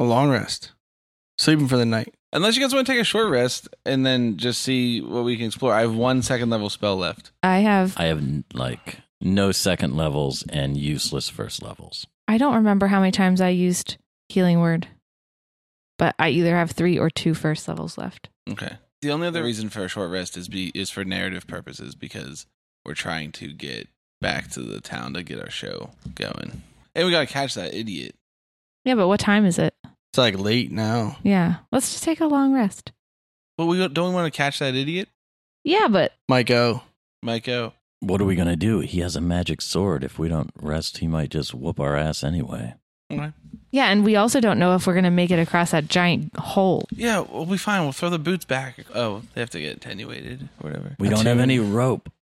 Speaker 4: A long rest. Sleeping for the night.
Speaker 1: Unless you guys want to take a short rest and then just see what we can explore. I have one second level spell left.
Speaker 2: I have,
Speaker 3: I have like no second levels and useless first levels.
Speaker 2: I don't remember how many times I used healing word, but I either have three or two first levels left.
Speaker 1: Okay. The only other reason for a short rest is be is for narrative purposes because we're trying to get back to the town to get our show going, and we gotta catch that idiot.
Speaker 2: Yeah, but what time is it?
Speaker 4: It's like late now.
Speaker 2: Yeah. Let's just take a long rest.
Speaker 1: But we don't- don't want to catch that idiot,
Speaker 2: Yeah, but
Speaker 4: Mike O.
Speaker 1: Myko.
Speaker 3: What are we going to do? He has a magic sword. If we don't rest, he might just whoop our ass anyway.
Speaker 1: Okay.
Speaker 2: Yeah, and we also don't know if we're going to make it across that giant hole.
Speaker 1: Yeah, we'll be fine. We'll throw the boots back. Oh, they have to get attenuated or whatever.
Speaker 3: We don't have
Speaker 4: Attuned.
Speaker 3: any rope.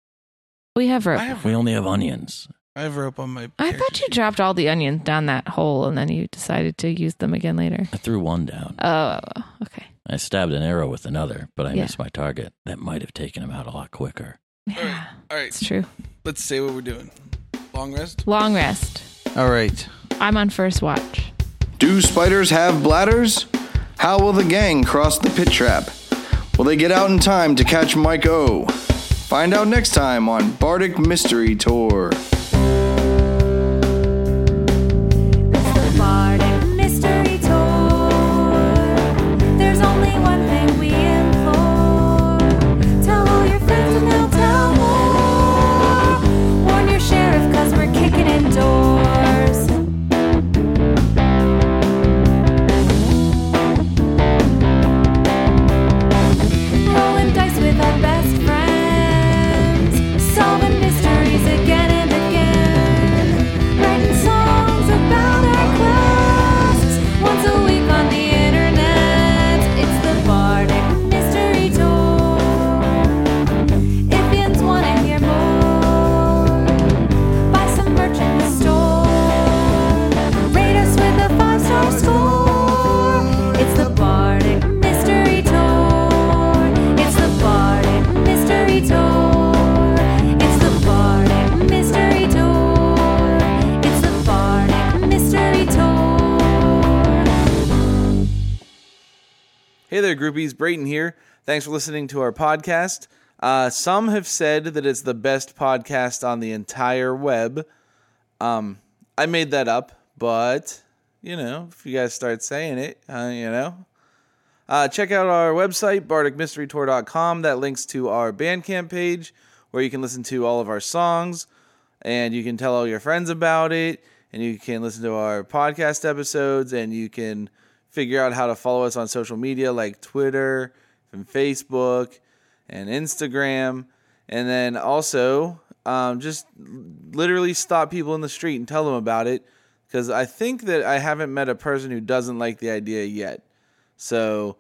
Speaker 2: We have rope.
Speaker 1: I
Speaker 2: I,
Speaker 1: have,
Speaker 3: We only have onions.
Speaker 1: I have rope on my.
Speaker 2: thought
Speaker 1: character
Speaker 2: you
Speaker 1: sheet.
Speaker 2: dropped all the onions down that hole and then you decided to use them again later.
Speaker 3: I threw one down.
Speaker 2: Oh, okay.
Speaker 3: I stabbed an arrow with another, but I
Speaker 2: Yeah.
Speaker 3: missed my target. That might have taken him out a lot quicker.
Speaker 2: Yeah,
Speaker 1: All right,
Speaker 2: it's true.
Speaker 1: let's say what we're doing. Long rest.
Speaker 2: Long rest.
Speaker 4: All right.
Speaker 2: I'm on first watch.
Speaker 4: Do spiders have bladders? How will the gang cross the pit trap? Will they get out in time to catch Mike O? Find out next time on Bardic Mystery Tour.
Speaker 5: Bardic Mystery Tour. There's only one thing we implore. Tell all your friends and they'll tell more. Warn your sheriff cause we're kicking in doors. Rolling dice with our best friends. Solving mysteries again and again writing songs about our quests. Once a week on the internet, it's the Bardic Mystery Tour. If you want to hear more, buy some merch in the store. Rate us with a five star score. It's the Bardic Mystery Tour. It's the Bardic Mystery Tour. It's the Bardic Mystery Tour. It's the Bardic Mystery Tour.
Speaker 8: Hey there, groupies. Brayton here. Thanks for listening to our podcast. Uh, some have said that it's the best podcast on the entire web. Um, I made that up, but you know, if you guys start saying it, uh, you know. Uh, check out our website, bardicmysterytour.com. That links to our Bandcamp page where you can listen to all of our songs and you can tell all your friends about it and you can listen to our podcast episodes and you can figure out how to follow us on social media like twitter and facebook and instagram
Speaker 1: And then also, um, just literally stop people in the street and tell them about it. Because I think that I haven't met a person who doesn't like the idea yet. So